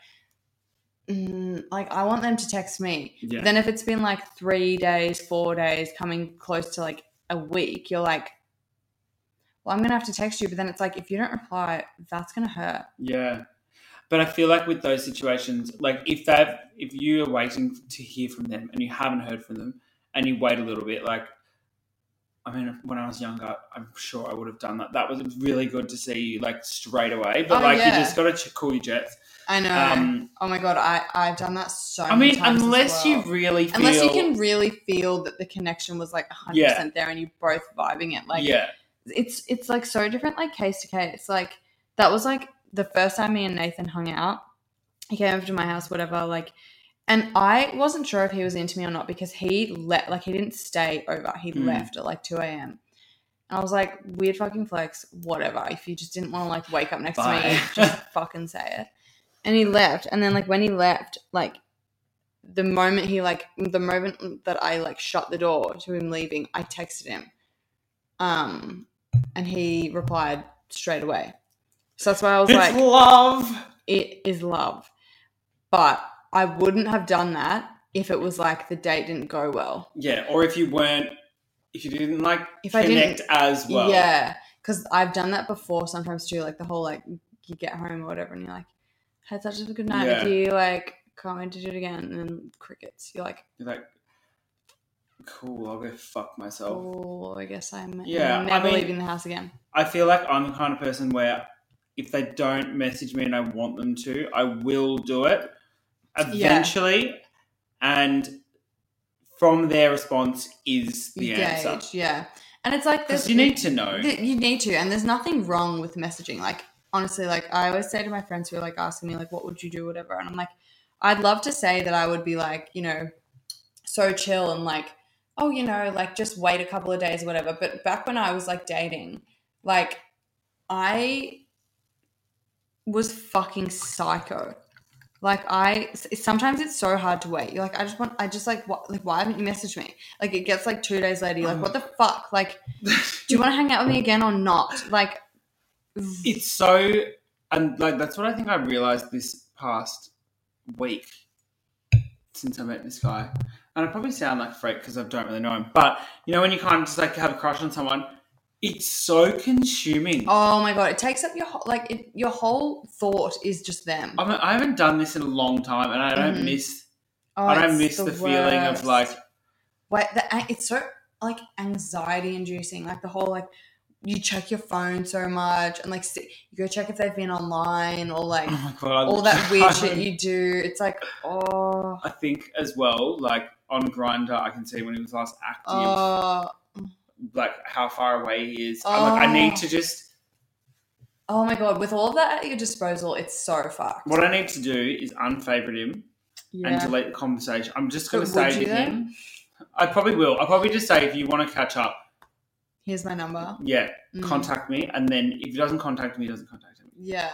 S1: mm, like I want them to text me.
S2: yeah,
S1: Then if it's been like 3 days, 4 days coming close to like a week, you're like well, I'm going to have to text you, but then it's like if you don't reply, that's going to hurt.
S2: yeah. But I feel like with those situations, like if they've, if you are waiting to hear from them and you haven't heard from them, and you wait a little bit, like I mean, when I was younger, I'm sure I would have done that. That was really good to see you like straight away. But
S1: Oh,
S2: like,
S1: yeah.
S2: you just got to ch- call your jets.
S1: I know.
S2: Um,
S1: oh my god, I I've done that so.
S2: I
S1: many
S2: mean,
S1: times as
S2: unless
S1: well.
S2: you really feel,
S1: unless you can really feel that the connection was like hundred percent there and you both vibing it, like
S2: yeah,
S1: it's it's like so different, like case to case. Like that was like the first time me and Nathan hung out. He came over to my house, whatever, like. And I wasn't sure if he was into me or not because he left, like, he didn't stay over. He
S2: Mm.
S1: left at like 2 a.m. And I was like, weird fucking flex, whatever. If you just didn't want to, like, wake up next to me,
S2: Bye.
S1: just fucking say it. And he left. And then, like, when he left, like, the moment he, like, the moment that I, like, shut the door to him leaving, I texted him. Um, and he replied straight away. So that's why I was
S2: it's
S1: like,
S2: love.
S1: it is love. But I wouldn't have done that if it was like the date didn't go well.
S2: Yeah, or if you weren't, if you didn't like
S1: If I
S2: connect as well.
S1: Yeah. Because I've done that before sometimes too, like the whole like you get home or whatever and you're like, had such a good night with you, like can't wait to do it again. And then crickets. You're like,
S2: you're like, cool. I'll go fuck myself.
S1: oh, I guess I'm
S2: Yeah, I
S1: never
S2: mean-
S1: leaving the house again.
S2: I feel like I'm the kind of person where if they don't message me and I want them to, I will do it eventually. And from their response is the
S1: You
S2: answer.
S1: gauge, yeah. And it's like
S2: Because
S1: this.
S2: you need to know.
S1: Th- You need to, and there's nothing wrong with messaging. Like honestly, like I always say to my friends who are like asking me like, "What would you do?" Whatever, and I'm like, I'd love to say that I would be like, you know, so chill and like, oh, you know, like just wait a couple of days, or whatever. But back when I was like dating, like I was fucking psycho. Like I s- sometimes it's so hard to wait. You're like, I just want, I just like, what, like why haven't you messaged me? Like it gets like two days later. You're like, what the fuck? Like do you want to hang out with me again or not? Like,
S2: it's so, and like that's what I think I realized this past week since I met this guy. And I probably sound like a freak because I don't really know him. But you know, when you kind of just like have a crush on someone, it's so consuming.
S1: oh my god, it takes up your whole, like it, your whole thought is just them.
S2: I, mean, I haven't done this in a long time, and I don't
S1: Mhm.
S2: miss
S1: Oh,
S2: I don't
S1: it's
S2: miss the, feeling of
S1: worst.
S2: like
S1: wait, the, an- it's so like anxiety inducing. Like the whole like you check your phone so much and like sit, you go check if they've been online or like
S2: oh my god,
S1: all that weird shit
S2: I-
S1: you do. It's like oh
S2: I think as well, like on Grinder, I can see when he was last active,
S1: oh
S2: like how far away he is. I'm like, I need
S1: Oh.
S2: to just
S1: oh my god. With all of that at your disposal, it's so fucked.
S2: what I need to do is unfavorite him and
S1: yeah.
S2: delete the conversation. I'm just
S1: But
S2: gonna
S1: would
S2: say
S1: you
S2: to
S1: though?
S2: him, I probably will. I'll probably just say if you want to catch up,
S1: Here's my number.
S2: yeah,
S1: Mm,
S2: contact me. And then if he doesn't contact me, he doesn't contact me.
S1: Yeah,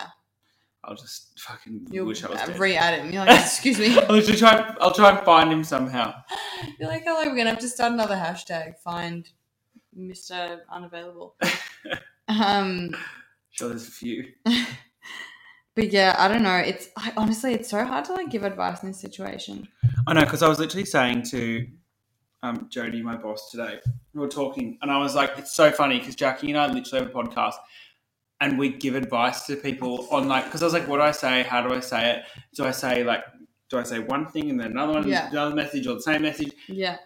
S2: I'll just fucking
S1: you'll
S2: wish I was dead.
S1: re-add him. You're like, excuse me.
S2: I'll just try. I'll try and find him somehow.
S1: You're like, hello, we're gonna have to start another hashtag. Find Mr. Unavailable. um,
S2: Sure, there's a few.
S1: but yeah, I don't know. It's I, honestly, it's so hard to like give advice in this situation.
S2: I know because I was literally saying to um, Jody, my boss, today. We were talking, and I was like, "It's so funny because Jackie and I literally have a podcast, and we give advice to people on like because I was like, "What do I say? How do I say it? Do I say like, do I say one thing and then another one,
S1: Yeah.
S2: another message, or the same message?"
S1: Yeah,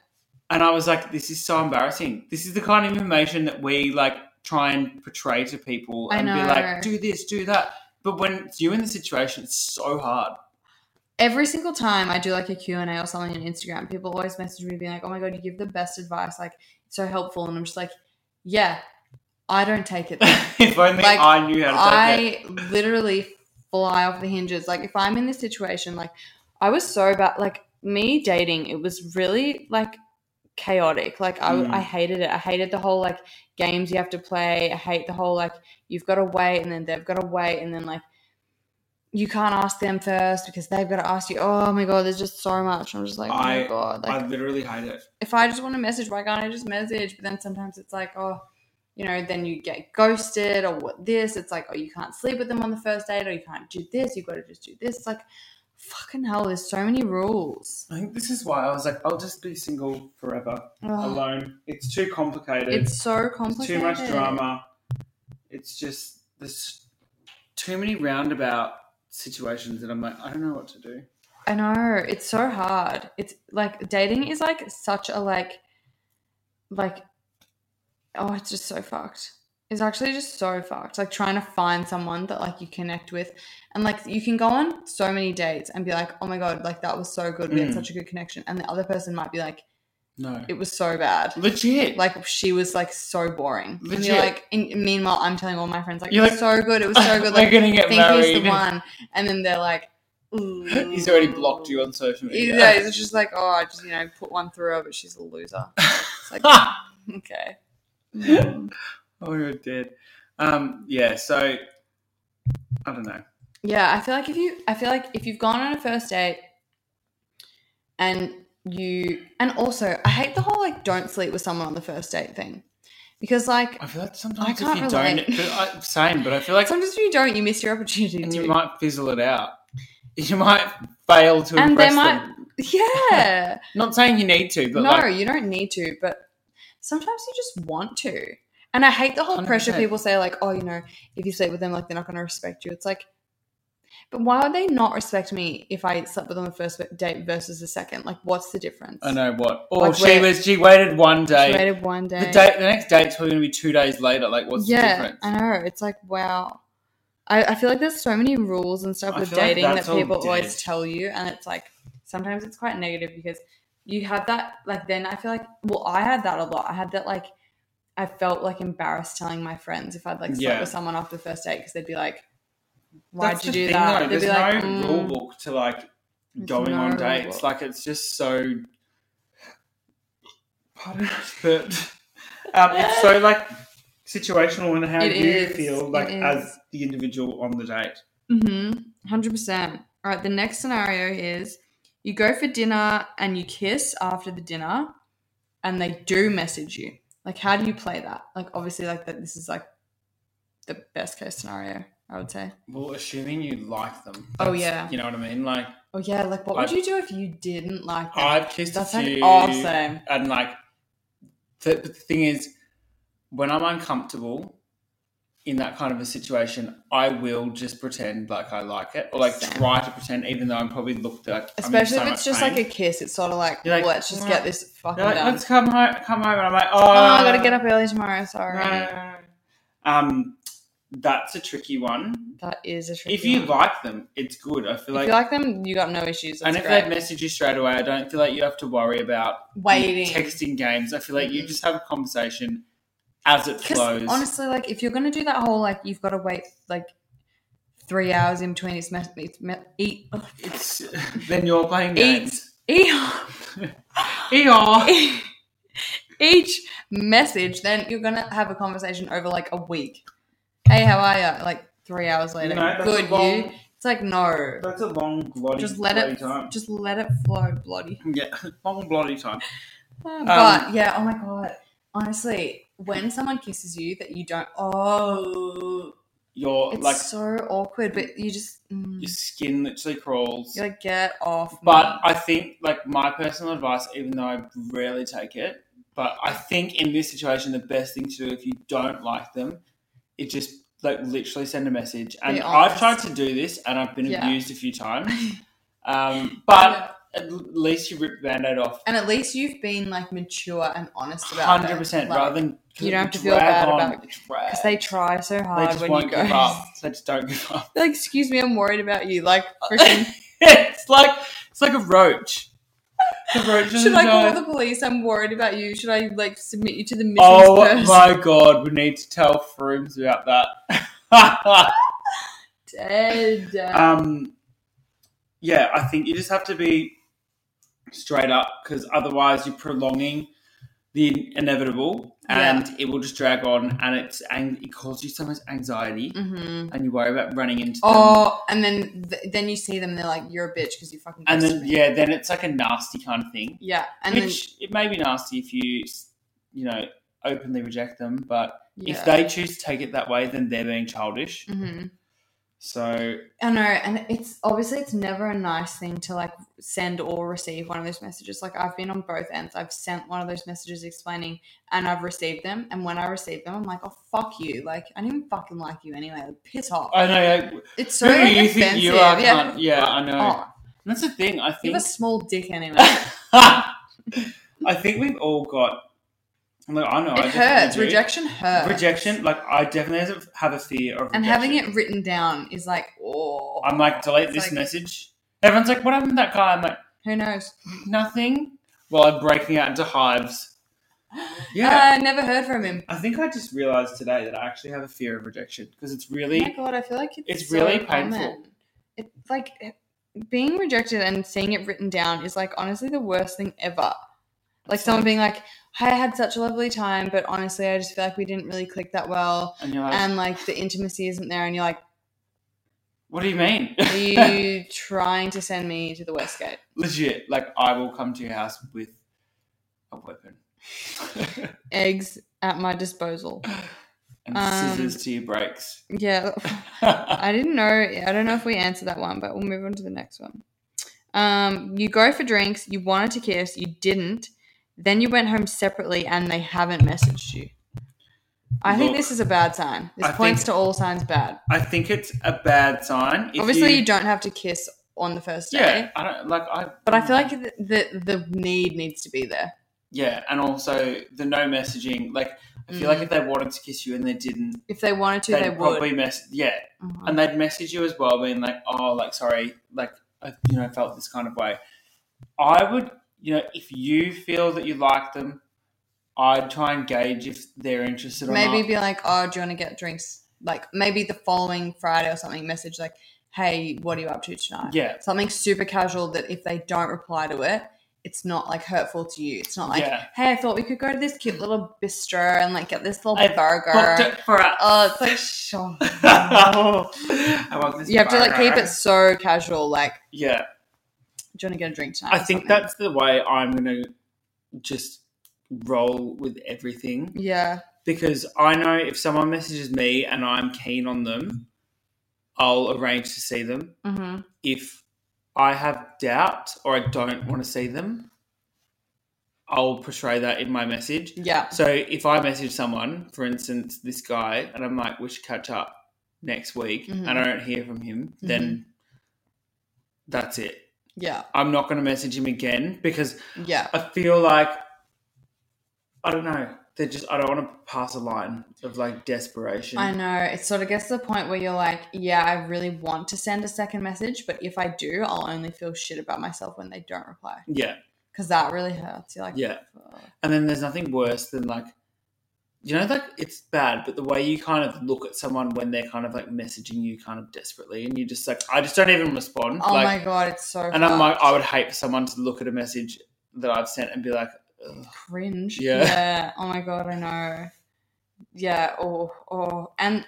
S2: And I was like, "This is so embarrassing. This is the kind of information that we like try and portray to people
S1: I
S2: and be
S1: know.
S2: like, do this, do that." But when it's you in the situation, it's so hard.
S1: every single time I do like a Q and A or something on Instagram, people always message me being like, "Oh my god, you give the best advice. Like, it's so helpful." And I'm just like, "Yeah, I don't take it."
S2: if only
S1: Like,
S2: I knew how to take it.
S1: I literally fly off the hinges. Like if I'm in this situation, like I was so bad. Like me dating, it was really like chaotic. Like I,
S2: Mm.
S1: I hated it. I hated the whole like games you have to play. I hate the whole like you've got to wait and then they've got to wait and then like you can't ask them first because they've got to ask you. Oh my god, there's just so much. I'm just like, oh
S2: I-
S1: my god. Like
S2: I literally hate it.
S1: if I just want to message, why can't I just message? But then sometimes it's like, oh, you know, then you get ghosted or what this. It's like, oh, you can't sleep with them on the first date or you can't do this. You've got to just do this. It's like, fucking hell, there's so many rules.
S2: I think this is why I was like, I'll just be single forever,
S1: Ugh,
S2: alone. It's too complicated.
S1: Ah. it's so
S2: It's too
S1: complicated.
S2: much drama. It's just there's too many roundabout situations, and I'm like, I don't know what to do.
S1: I know. It's so hard. It's like dating is like such a like, like, oh, it's just so fucked. It's actually just so fucked. Like trying to find someone that like you connect with, and like you can go on so many dates and be like, oh my god, like that was so good. We
S2: Mm.
S1: had such a good connection, and the other person might be like,
S2: No,
S1: it was so bad.
S2: legit. Like,
S1: Like she was like so boring. And you're
S2: Legit.
S1: like, and meanwhile, I'm telling all my friends like,
S2: You're
S1: it was so good. It was so good.
S2: we're
S1: Like,
S2: gonna get
S1: think he's the
S2: married.
S1: one, and then they're like, "Ooh."
S2: He's already blocked you on social media.
S1: Yeah, it's just like, oh, I just, you know, put one through her, but she's a loser. It's like,
S2: Ha!
S1: okay.
S2: oh, you're dead. Um, yeah. So I don't know.
S1: Yeah, I feel like if you, I feel like if you've gone on a first date and you, and also, I hate the whole like don't sleep with someone on the first date thing because like
S2: I feel like sometimes if
S1: can't
S2: you
S1: relate.
S2: don't, but I, same. But I feel like
S1: sometimes if you don't, you miss your opportunity.
S2: and
S1: to.
S2: you might fizzle it out. You might fail to
S1: And they
S2: impress
S1: might-
S2: them.
S1: yeah.
S2: Not saying you need to, but
S1: no,
S2: like,
S1: you don't need to, but sometimes you just want to. And I hate the whole pressure
S2: 100%.
S1: people say, like, oh, you know, if you sleep with them, like, they're not going to respect you. It's like, but why would they not respect me if I slept with them on the first date versus the second? Like, what's the difference?
S2: I know what. Or
S1: Like,
S2: she
S1: wait.
S2: was. She waited one
S1: She
S2: day.
S1: waited one day.
S2: The date. The next date's probably going to be two days later. Like, what's
S1: yeah,
S2: the difference?
S1: I know. It's like, wow. I, I feel like there's so many rules and stuff
S2: I
S1: with
S2: feel like
S1: dating
S2: that's
S1: that
S2: all
S1: people
S2: dead.
S1: always tell you, and it's like sometimes it's quite negative because you have that. Like then I feel like, well, I had that a lot. I had that like I felt like embarrassed telling my friends if I'd like slept
S2: Yeah.
S1: with someone after the first date because they'd be like, "Why'd
S2: That's
S1: you
S2: the
S1: do
S2: thing,
S1: that?"
S2: Though.
S1: They'd
S2: There's
S1: be like,
S2: no
S1: "Mm,
S2: rule book to like
S1: there's
S2: going
S1: no
S2: on
S1: rule
S2: dates.
S1: book."
S2: Like, it's just so. Pardon, but um, it's so like situational and how
S1: It
S2: you
S1: is,
S2: feel
S1: it
S2: like
S1: is.
S2: as the individual on the date.
S1: Mm-hmm. Hundred percent. All right. The next scenario is you go for dinner and you kiss after the dinner, and they do message you. Like, how do you play that? Like, obviously, like that. This is like the best case scenario, I would say.
S2: Well, assuming you like them.
S1: Oh,
S2: That's-
S1: yeah.
S2: You know what I mean? Like
S1: Oh yeah. Like, what would you do if you didn't like them?
S2: I've kissed
S1: That's
S2: a
S1: like
S2: few,
S1: awesome.
S2: and like the, but the thing is, when I'm uncomfortable, in that kind of a situation, I will just pretend like I like it, or like
S1: Same.
S2: try to pretend, even though I'm probably looked at.
S1: Especially if it's just like a kiss, it's sort of like,
S2: You're like,
S1: let's just
S2: "Mwah."
S1: get this fucking
S2: They're like,
S1: done.
S2: let's come home, come home, and I'm like, oh,
S1: oh, I gotta get up early tomorrow. Sorry,
S2: Um, that's a tricky one.
S1: that is a tricky.
S2: If you
S1: one.
S2: like them, it's good. I
S1: if
S2: feel like,
S1: you like them, you got no issues.
S2: and
S1: That's
S2: if
S1: great.
S2: they message you straight away, I don't feel like you have to worry about
S1: waiting,
S2: texting games. I feel like you just have a conversation as it
S1: Because
S2: flows.
S1: honestly, like if you're gonna do that whole like you've got to wait like three hours in between each mess, each me- eat,
S2: it's then you're playing games.
S1: each,
S2: Eeyore.
S1: each message, then you're gonna have a conversation over like a week. Hey, how are you? Like three hours later,
S2: No, that's
S1: good
S2: a long-
S1: you. It's like no,
S2: That's a long bloody
S1: just let
S2: bloody
S1: it,
S2: time.
S1: just let it flow, bloody.
S2: Yeah, long bloody time. Um,
S1: but yeah, oh my god, honestly, when someone kisses you that you don't, oh,
S2: Your
S1: it's
S2: like
S1: so awkward. But you just, mm,
S2: your skin literally crawls.
S1: you're like, get off.
S2: But I think like my personal advice, even though I rarely take it, but I think in this situation the best thing to do if you don't like them, it just like literally send a message. And
S1: Be
S2: I've tried
S1: honest.
S2: to do this and I've been
S1: Yeah.
S2: abused a few times.
S1: me.
S2: Um, but at least you rip the band aid off
S1: and at least you've been like mature and honest about it.
S2: hundred percent
S1: Like,
S2: rather than
S1: you don't have to feel
S2: drag
S1: bad
S2: on,
S1: about it,
S2: drag.
S1: because they try so
S2: They
S1: hard
S2: just
S1: when
S2: won't
S1: you go.
S2: give up. They just don't give up.
S1: They're like, excuse me, I'm worried about you. Like,
S2: Uh,
S1: freaking,
S2: it's like it's like a roach. The roach
S1: should I
S2: doesn't know.
S1: call "Oh, the police? I'm worried about you. Should I like submit you to the missions
S2: Oh
S1: person?
S2: my god, we need to tell Frooms about that.
S1: Dead.
S2: um, yeah, I think you just have to be straight up because otherwise you're prolonging the inevitable, and it will just drag on, and it's ang- it causes you so much anxiety,
S1: hmm
S2: and you worry about running into them.
S1: Oh, and then th- then you see them, they're like, "You're a bitch" because you fucking.
S2: And
S1: ghosted
S2: then
S1: me.
S2: yeah, then it's like a nasty kind of thing.
S1: yeah, and
S2: which it may be nasty if you you know openly reject them but
S1: then yeah.
S2: if they choose to take it that way then they're being childish
S1: Mhm.
S2: so
S1: I know, and it's obviously it's never a nice thing to like send or receive one of those messages. Like I've been on both ends. I've sent one of those messages explaining, and I've received them. And when I receive them, I'm like, "Oh fuck you!" Like I didn't even fucking like you anyway. Like, piss off.
S2: i know like,
S1: it's so
S2: who do
S1: like,
S2: you
S1: offensive.
S2: think you are
S1: yeah.
S2: cunt? yeah i know
S1: Oh,
S2: And that's the thing i
S1: you
S2: think
S1: have a small dick anyway.
S2: i think we've all got like i know I
S1: it
S2: definitely
S1: hurts.
S2: do.
S1: Rejection hurts.
S2: rejection like i definitely have a- have a fear of
S1: And
S2: rejection.
S1: having it written down is like, oh.
S2: i'm like delete
S1: It's
S2: this
S1: like-
S2: message everyone's like what happened to that guy i'm like
S1: Who knows?
S2: nothing well i'm breaking out into hives yeah
S1: I never heard from him.
S2: I think I just realized today that I actually have a fear of rejection because it's
S1: Oh my
S2: really
S1: god, I feel like it's,
S2: It's
S1: so
S2: really
S1: common.
S2: painful.
S1: It's like being rejected and seeing it written down is like honestly the worst thing ever. Like someone being like, "Hey, I had such a lovely time, but honestly, I just feel like we didn't really click that well,
S2: and you're like,
S1: and like the intimacy isn't there." And you're like,
S2: what do you mean?
S1: "Are you trying to send me to the Westgate?"
S2: Legit, like I will come to your house with a weapon
S1: Eggs at my disposal.
S2: and
S1: Um,
S2: scissors to your brakes.
S1: Yeah, I didn't know. I don't know if we answered that one, but we'll move on to the next one. Um, you go for drinks. You wanted to kiss. You didn't. Then you went home separately, and they haven't messaged you. I think
S2: Look,
S1: this is a bad sign. This
S2: I
S1: points
S2: think-
S1: to all signs bad.
S2: I think it's a bad sign. If
S1: Obviously, you,
S2: you,
S1: don't have to kiss on the first day,
S2: yeah, I don't like I.
S1: but I feel like the, the the need needs to be there.
S2: yeah, and also the no messaging. Like I feel
S1: Mm.
S2: like if they wanted to kiss you and they didn't,
S1: If they wanted to,
S2: they'd
S1: they would.
S2: probably mess. Yeah,
S1: Mhm.
S2: and they'd message you as well, being like, "Oh, like sorry, like I, you know, felt this kind of way." I would, you know, if you feel that you like them, I'd try and gauge if they're interested or
S1: maybe
S2: not.
S1: be like, oh, do you want to get drinks? Like maybe the following Friday or something. Message like, hey, what are you up to tonight?
S2: yeah,
S1: something super casual that if they don't reply to it, it's not like hurtful to you. It's not like,
S2: Yeah.
S1: hey, I thought we could go to this cute little bistro and like get this little
S2: I've booked
S1: burger.
S2: it for us.
S1: Oh, it's like sure.
S2: I want this
S1: You have to like keep
S2: burger.
S1: it so casual. Like,
S2: Yeah,
S1: do you want to get a drink tonight?
S2: I
S1: or
S2: think
S1: something?
S2: that's the way I'm gonna just roll with everything.
S1: yeah,
S2: because I know if someone messages me and I'm keen on them, I'll arrange to see them.
S1: hmm
S2: If I have doubt or I don't want to see them, I'll portray that in my message.
S1: Yeah.
S2: So if I message someone, for instance, this guy, and I'm like, we should catch up next week,
S1: Mhm.
S2: and I don't hear from him, then
S1: Mm-hmm.
S2: that's it.
S1: Yeah.
S2: I'm not going to message him again because
S1: Yeah.
S2: I feel like I don't know. They just I don't want to pass a line of like desperation.
S1: I know. It sort of gets to the point where you're like, yeah, I really want to send a second message, but if I do, I'll only feel shit about myself when they don't reply.
S2: Yeah,
S1: Because that really hurts. You're like, "Oh
S2: Yeah.
S1: "Fuck."
S2: and then there's nothing worse than like. You know, like it's bad, but the way you kind of look at someone when they're kind of like messaging you kind of desperately, and you just like, I just don't even respond.
S1: Oh
S2: like,
S1: my God, it's so
S2: And I'm like,
S1: fucked.
S2: I would hate for someone to look at a message that I've sent and be like, Ugh.
S1: cringe.
S2: Yeah.
S1: Oh my god, I know. Yeah. Oh, oh, and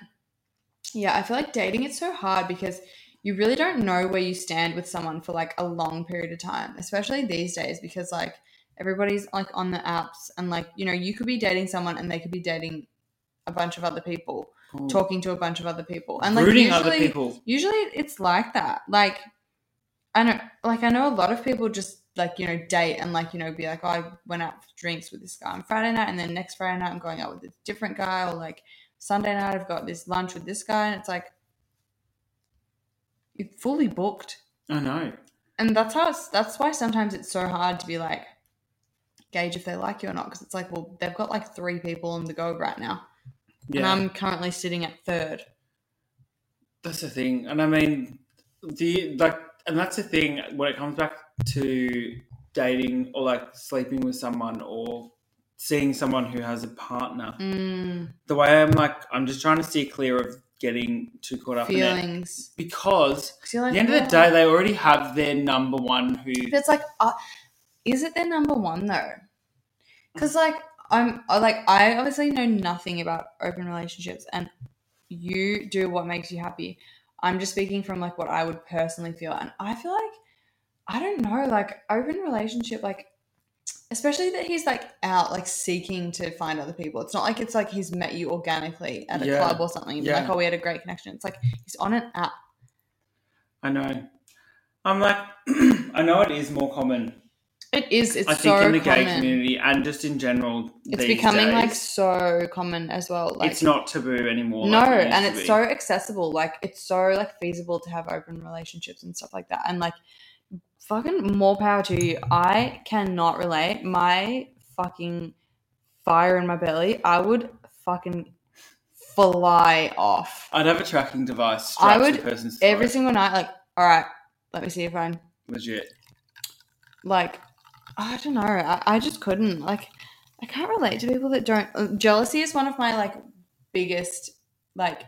S1: yeah, I feel like dating it's so hard because you really don't know where you stand with someone for like a long period of time, especially these days because like everybody's like on the apps and like you know you could be dating someone and they could be dating a bunch of other people, talking to a bunch of other people, and like
S2: rooting
S1: usually,
S2: other people.
S1: usually it's like that like i know like i know a lot of people just like you know date and like you know be like oh, i went out for drinks with this guy on friday night and then next friday night i'm going out with a different guy or like sunday night i've got this lunch with this guy and it's like you're fully booked
S2: I know.
S1: and that's how it's that's why sometimes it's so hard to be like gauge if they like you or not because it's like well they've got like three people on the go right now and
S2: Yeah,
S1: i'm currently sitting at third
S2: that's the thing. And I mean, the like, and that's the thing when it comes back to dating or like sleeping with someone or seeing someone who has a partner.
S1: mm,
S2: The way I'm like, I'm just trying to steer clear of getting too caught up in it
S1: feelings
S2: because
S1: 'Cause you're
S2: at
S1: like,
S2: the end of the
S1: "Oh."
S2: day, they already have their number one who.
S1: But it's like, uh, is it their number one though? Because like I'm uh, like I obviously know nothing about open relationships, and you do what makes you happy. I'm just speaking from like what I would personally feel, and I feel like I don't know, like open relationship, like especially that he's like out like seeking to find other people. It's not like it's like he's met you organically at a
S2: Yeah.
S1: club or something. and been Like
S2: Yeah.
S1: oh, we had a great connection. It's like he's on an app.
S2: I know. I'm like, I know it is more common
S1: It is. It's
S2: I
S1: so
S2: think in the
S1: common.
S2: gay community and just in general,
S1: it's
S2: these
S1: becoming
S2: days,
S1: like so common as well like
S2: it's not taboo anymore.
S1: no
S2: like it used
S1: and
S2: to
S1: it's
S2: be.
S1: so accessible like it's so like feasible to have open relationships and stuff like that and like fucking more power to you i cannot relate my fucking fire in my belly i would fucking fly off
S2: I'd have a tracking device
S1: I
S2: strapped to
S1: would-
S2: the person's throat.
S1: every single night like all right let me see your phone
S2: legit.
S1: like i don't know I, I just couldn't like i can't relate to people that don't uh, jealousy is one of my like biggest like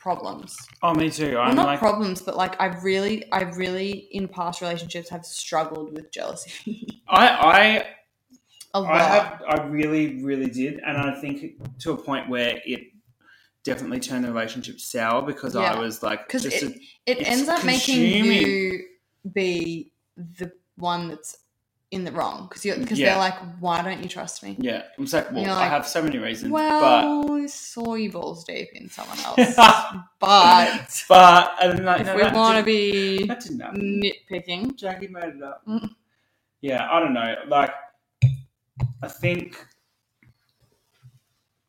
S1: problems
S2: Oh, me too.
S1: well,
S2: I'm
S1: not
S2: like,
S1: problems but like i really i really in past relationships have struggled with jealousy
S2: I,
S1: a
S2: I,
S1: lot
S2: I have, I really, really did, and I think to a point where it definitely turned the relationship sour because
S1: Yeah.
S2: I was like,
S1: 'Cause
S2: just
S1: it-
S2: a,
S1: it
S2: it's
S1: ends up making
S2: consuming.
S1: you be the one that's in the wrong because you're because
S2: Yeah.
S1: they're like why don't you trust me
S2: yeah. I'm just like, well,
S1: You're
S2: I
S1: like,
S2: have so many reasons,
S1: well you saw you balls deep in someone else
S2: but,
S1: but
S2: but, and then, like,
S1: if
S2: no,
S1: we
S2: that
S1: want to
S2: didn't-
S1: be
S2: that didn't happen.
S1: nitpicking.
S2: Jackie made it up.
S1: Mm.
S2: Yeah, I don't know. Like, I think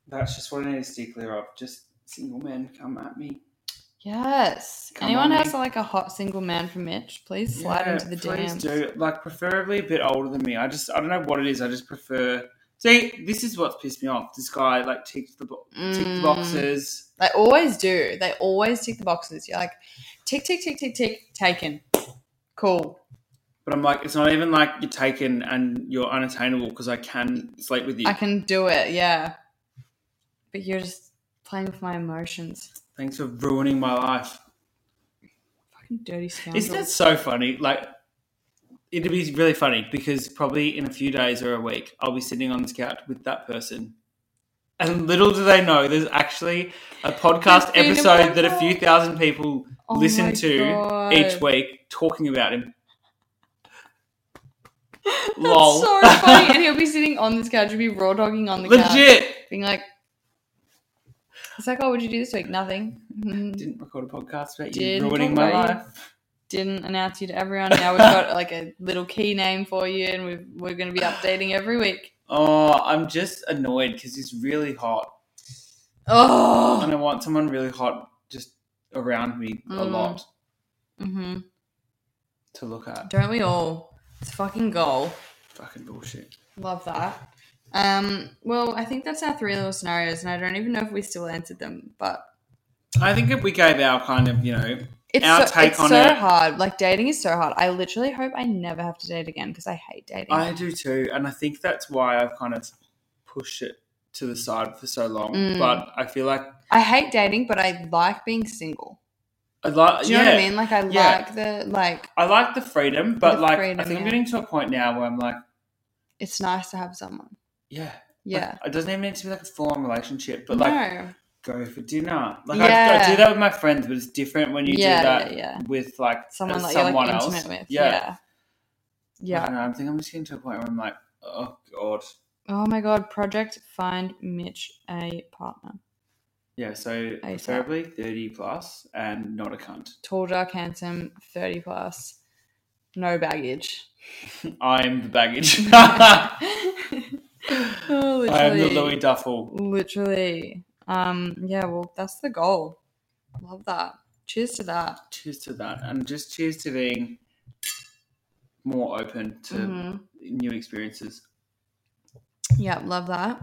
S2: that's just what I need to steer clear of. Just single men come at me.
S1: Yes.
S2: Come
S1: Anyone
S2: on,
S1: has
S2: Nick.
S1: like a hot single man from Mitch, please slide
S2: Yeah,
S1: into the
S2: please
S1: DMs.
S2: do. Like, preferably a bit older than me. I just, I don't know what it is. I just prefer. See, this is what's pissed me off. This guy like ticks the bo- tick the
S1: Mm,
S2: boxes.
S1: They always do. They always tick the boxes. You're like, tick, tick, tick, tick, tick, taken. Cool.
S2: But I'm like, it's not even like you're taken and you're unattainable because I can sleep with you.
S1: I can do it. Yeah. But you're just playing with my emotions.
S2: Thanks for ruining my life.
S1: Fucking dirty scoundrels.
S2: Isn't that so funny? Like, it'd be really funny because probably in a few days or a week, I'll be sitting on this couch with that person. And little do they know, there's actually a podcast
S1: There's been a
S2: episode that a
S1: podcast.
S2: few thousand people
S1: Oh my
S2: listen to
S1: God.
S2: each week talking about him.
S1: That's
S2: Lol.
S1: so funny. and he'll be sitting on this couch, he'll be raw dogging on the couch,
S2: Legit.
S1: being like, it's like, oh, what'd you do this week? Nothing.
S2: Didn't record a podcast about you
S1: Didn't talk
S2: ruining my
S1: about you.
S2: life.
S1: didn't announce you to everyone. Now we've got like a little key name for you, and we've, we're going to be updating every week.
S2: Oh, I'm just annoyed because he's really hot,
S1: Oh,
S2: and I want someone really hot just around me a
S1: Mm.
S2: lot
S1: hmm
S2: to look at.
S1: don't we all? It's a fucking goal.
S2: Fucking bullshit.
S1: Love that. Um, well, I think that's our three little scenarios, and I don't even know if we still answered them, but
S2: I think if we gave our kind of, you know,
S1: it's
S2: Our
S1: so,
S2: take
S1: it's
S2: on
S1: so
S2: it-
S1: hard. Like dating is so hard. I literally hope I never have to date again because I hate dating.
S2: I do too, and I think that's why I've kind of pushed it to the side for so long.
S1: Mm.
S2: But I feel like
S1: I hate dating, but I like being single.
S2: I like,
S1: Do you know what I
S2: yeah,
S1: mean? Like I
S2: Yeah.
S1: like the like
S2: I like the freedom, but
S1: The
S2: like I
S1: freedom,
S2: think I'm
S1: yeah.
S2: getting to a point now where I'm like,
S1: it's nice to have someone.
S2: yeah, like,
S1: Yeah.
S2: it doesn't even need to be like a full on relationship, but like
S1: no.
S2: go for dinner. Like I, I
S1: Yeah.
S2: do that with my friends, but it's different when you
S1: Yeah,
S2: do that
S1: yeah, yeah.
S2: with like
S1: Someone
S2: uh,
S1: that
S2: someone
S1: you're like
S2: else.
S1: intimate with.
S2: Yeah,
S1: Yeah.
S2: I,
S1: Yeah.
S2: don't know, I think I'm just getting to a point where I'm like, oh god,
S1: Oh my god, project find Mitch a partner.
S2: yeah. So preferably thirty plus and not a cunt.
S1: Tall, dark, handsome, 30 plus, no baggage.
S2: I'm the baggage.
S1: Oh,
S2: I am the
S1: literally.
S2: Louis Duffel.
S1: Literally. Um, yeah, well, that's the goal. Love that. Cheers to that.
S2: Cheers to that, and just cheers to being more open to
S1: Mhm.
S2: new experiences.
S1: Yeah, love that.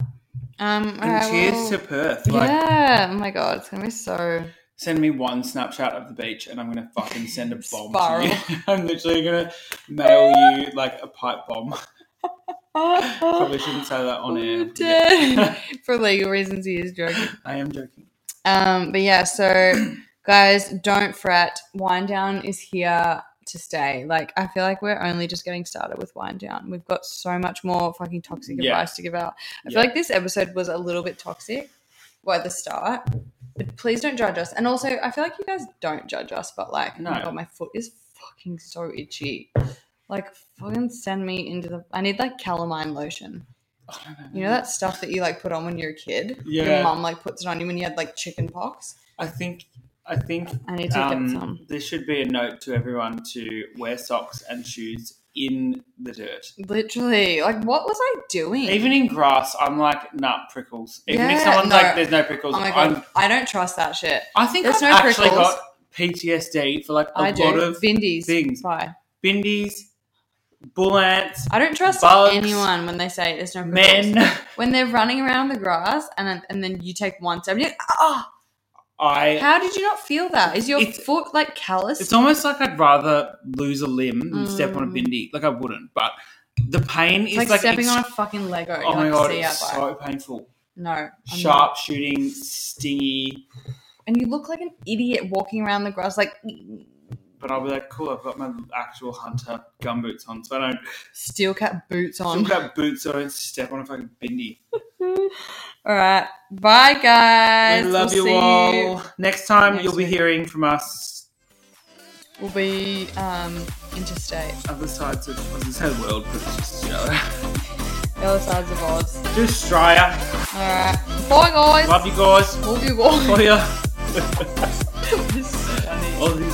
S1: Um,
S2: And
S1: alright,
S2: cheers
S1: well,
S2: to Perth. Like,
S1: yeah. Oh my god, it's gonna be so.
S2: send me one Snapchat of the beach, and I'm gonna fucking send a bomb
S1: Spiral.
S2: to you. I'm literally gonna mail you like a pipe bomb. Probably shouldn't say that on air.
S1: We're dead. For legal reasons, he is joking.
S2: I am joking.
S1: Um, but yeah, so guys, don't fret. Wind down is here to stay. Like, I feel like we're only just getting started with wind down. We've got so much more fucking toxic
S2: Yeah.
S1: advice to give out. I
S2: Yeah.
S1: feel like this episode was a little bit toxic well, at the start. But please don't judge us. And also, I feel like you guys don't judge us, but like, oh my
S2: No.
S1: god, my foot is fucking so itchy. Like, fucking send me into the. I need like calamine lotion.
S2: Oh, no, no, no,
S1: You know that stuff that you like put on when you're a kid?
S2: Yeah.
S1: Your mum like puts it on you when you had like chicken pox.
S2: I think. I think
S1: I need to
S2: um,
S1: get some.
S2: there should be a note to everyone to wear socks and shoes in the dirt.
S1: Literally, like what was I doing?
S2: Even in grass, I'm like, nah, prickles. Even if
S1: Yeah,
S2: someone's
S1: no.
S2: like, there's no prickles,
S1: oh my
S2: I'm,
S1: god, I don't trust that shit.
S2: I think
S1: There's
S2: I've
S1: no
S2: actually
S1: prickles.
S2: got PTSD for like a
S1: I
S2: lot
S1: do.
S2: of
S1: Bindies,
S2: things.
S1: Bye.
S2: bindies, bull ants,
S1: I don't trust
S2: Bugs.
S1: anyone when they say there's no prickles.
S2: men.
S1: When they're running around the grass and then- and then you take one step, and you're like, ah,
S2: I.
S1: how did you not feel that? Is your
S2: It's-
S1: foot like calloused?
S2: It's almost like I'd rather lose a limb than step on a
S1: Mm.
S2: bindi. Like I wouldn't, but the pain
S1: It's
S2: is
S1: like,
S2: like,
S1: stepping
S2: ex-
S1: on a fucking Lego.
S2: Oh
S1: You're
S2: my
S1: like,
S2: god,
S1: see ya,
S2: it's
S1: bye.
S2: so painful.
S1: no, I'm not.
S2: Sharp shooting, stingy.
S1: and you look like an idiot walking around the grass, like
S2: But I'll be like, cool. I've got my actual hunter gumboots on, so I don't
S1: steel cap boots
S2: I've
S1: on.
S2: got boots, so I don't step on a fucking bindi.
S1: All right. Bye, guys.
S2: we love
S1: We'll
S2: you
S1: see
S2: all. Next time,
S1: next
S2: you'll be
S1: week.
S2: hearing from us
S1: We'll be um, interstate.
S2: other sides of I was gonna say the world, but it's just Australia.
S1: The other sides of Oz. All
S2: Just Australia.
S1: right. Bye, guys.
S2: Love you guys.
S1: Love you all.
S2: Love you.
S1: This is funny.
S2: All these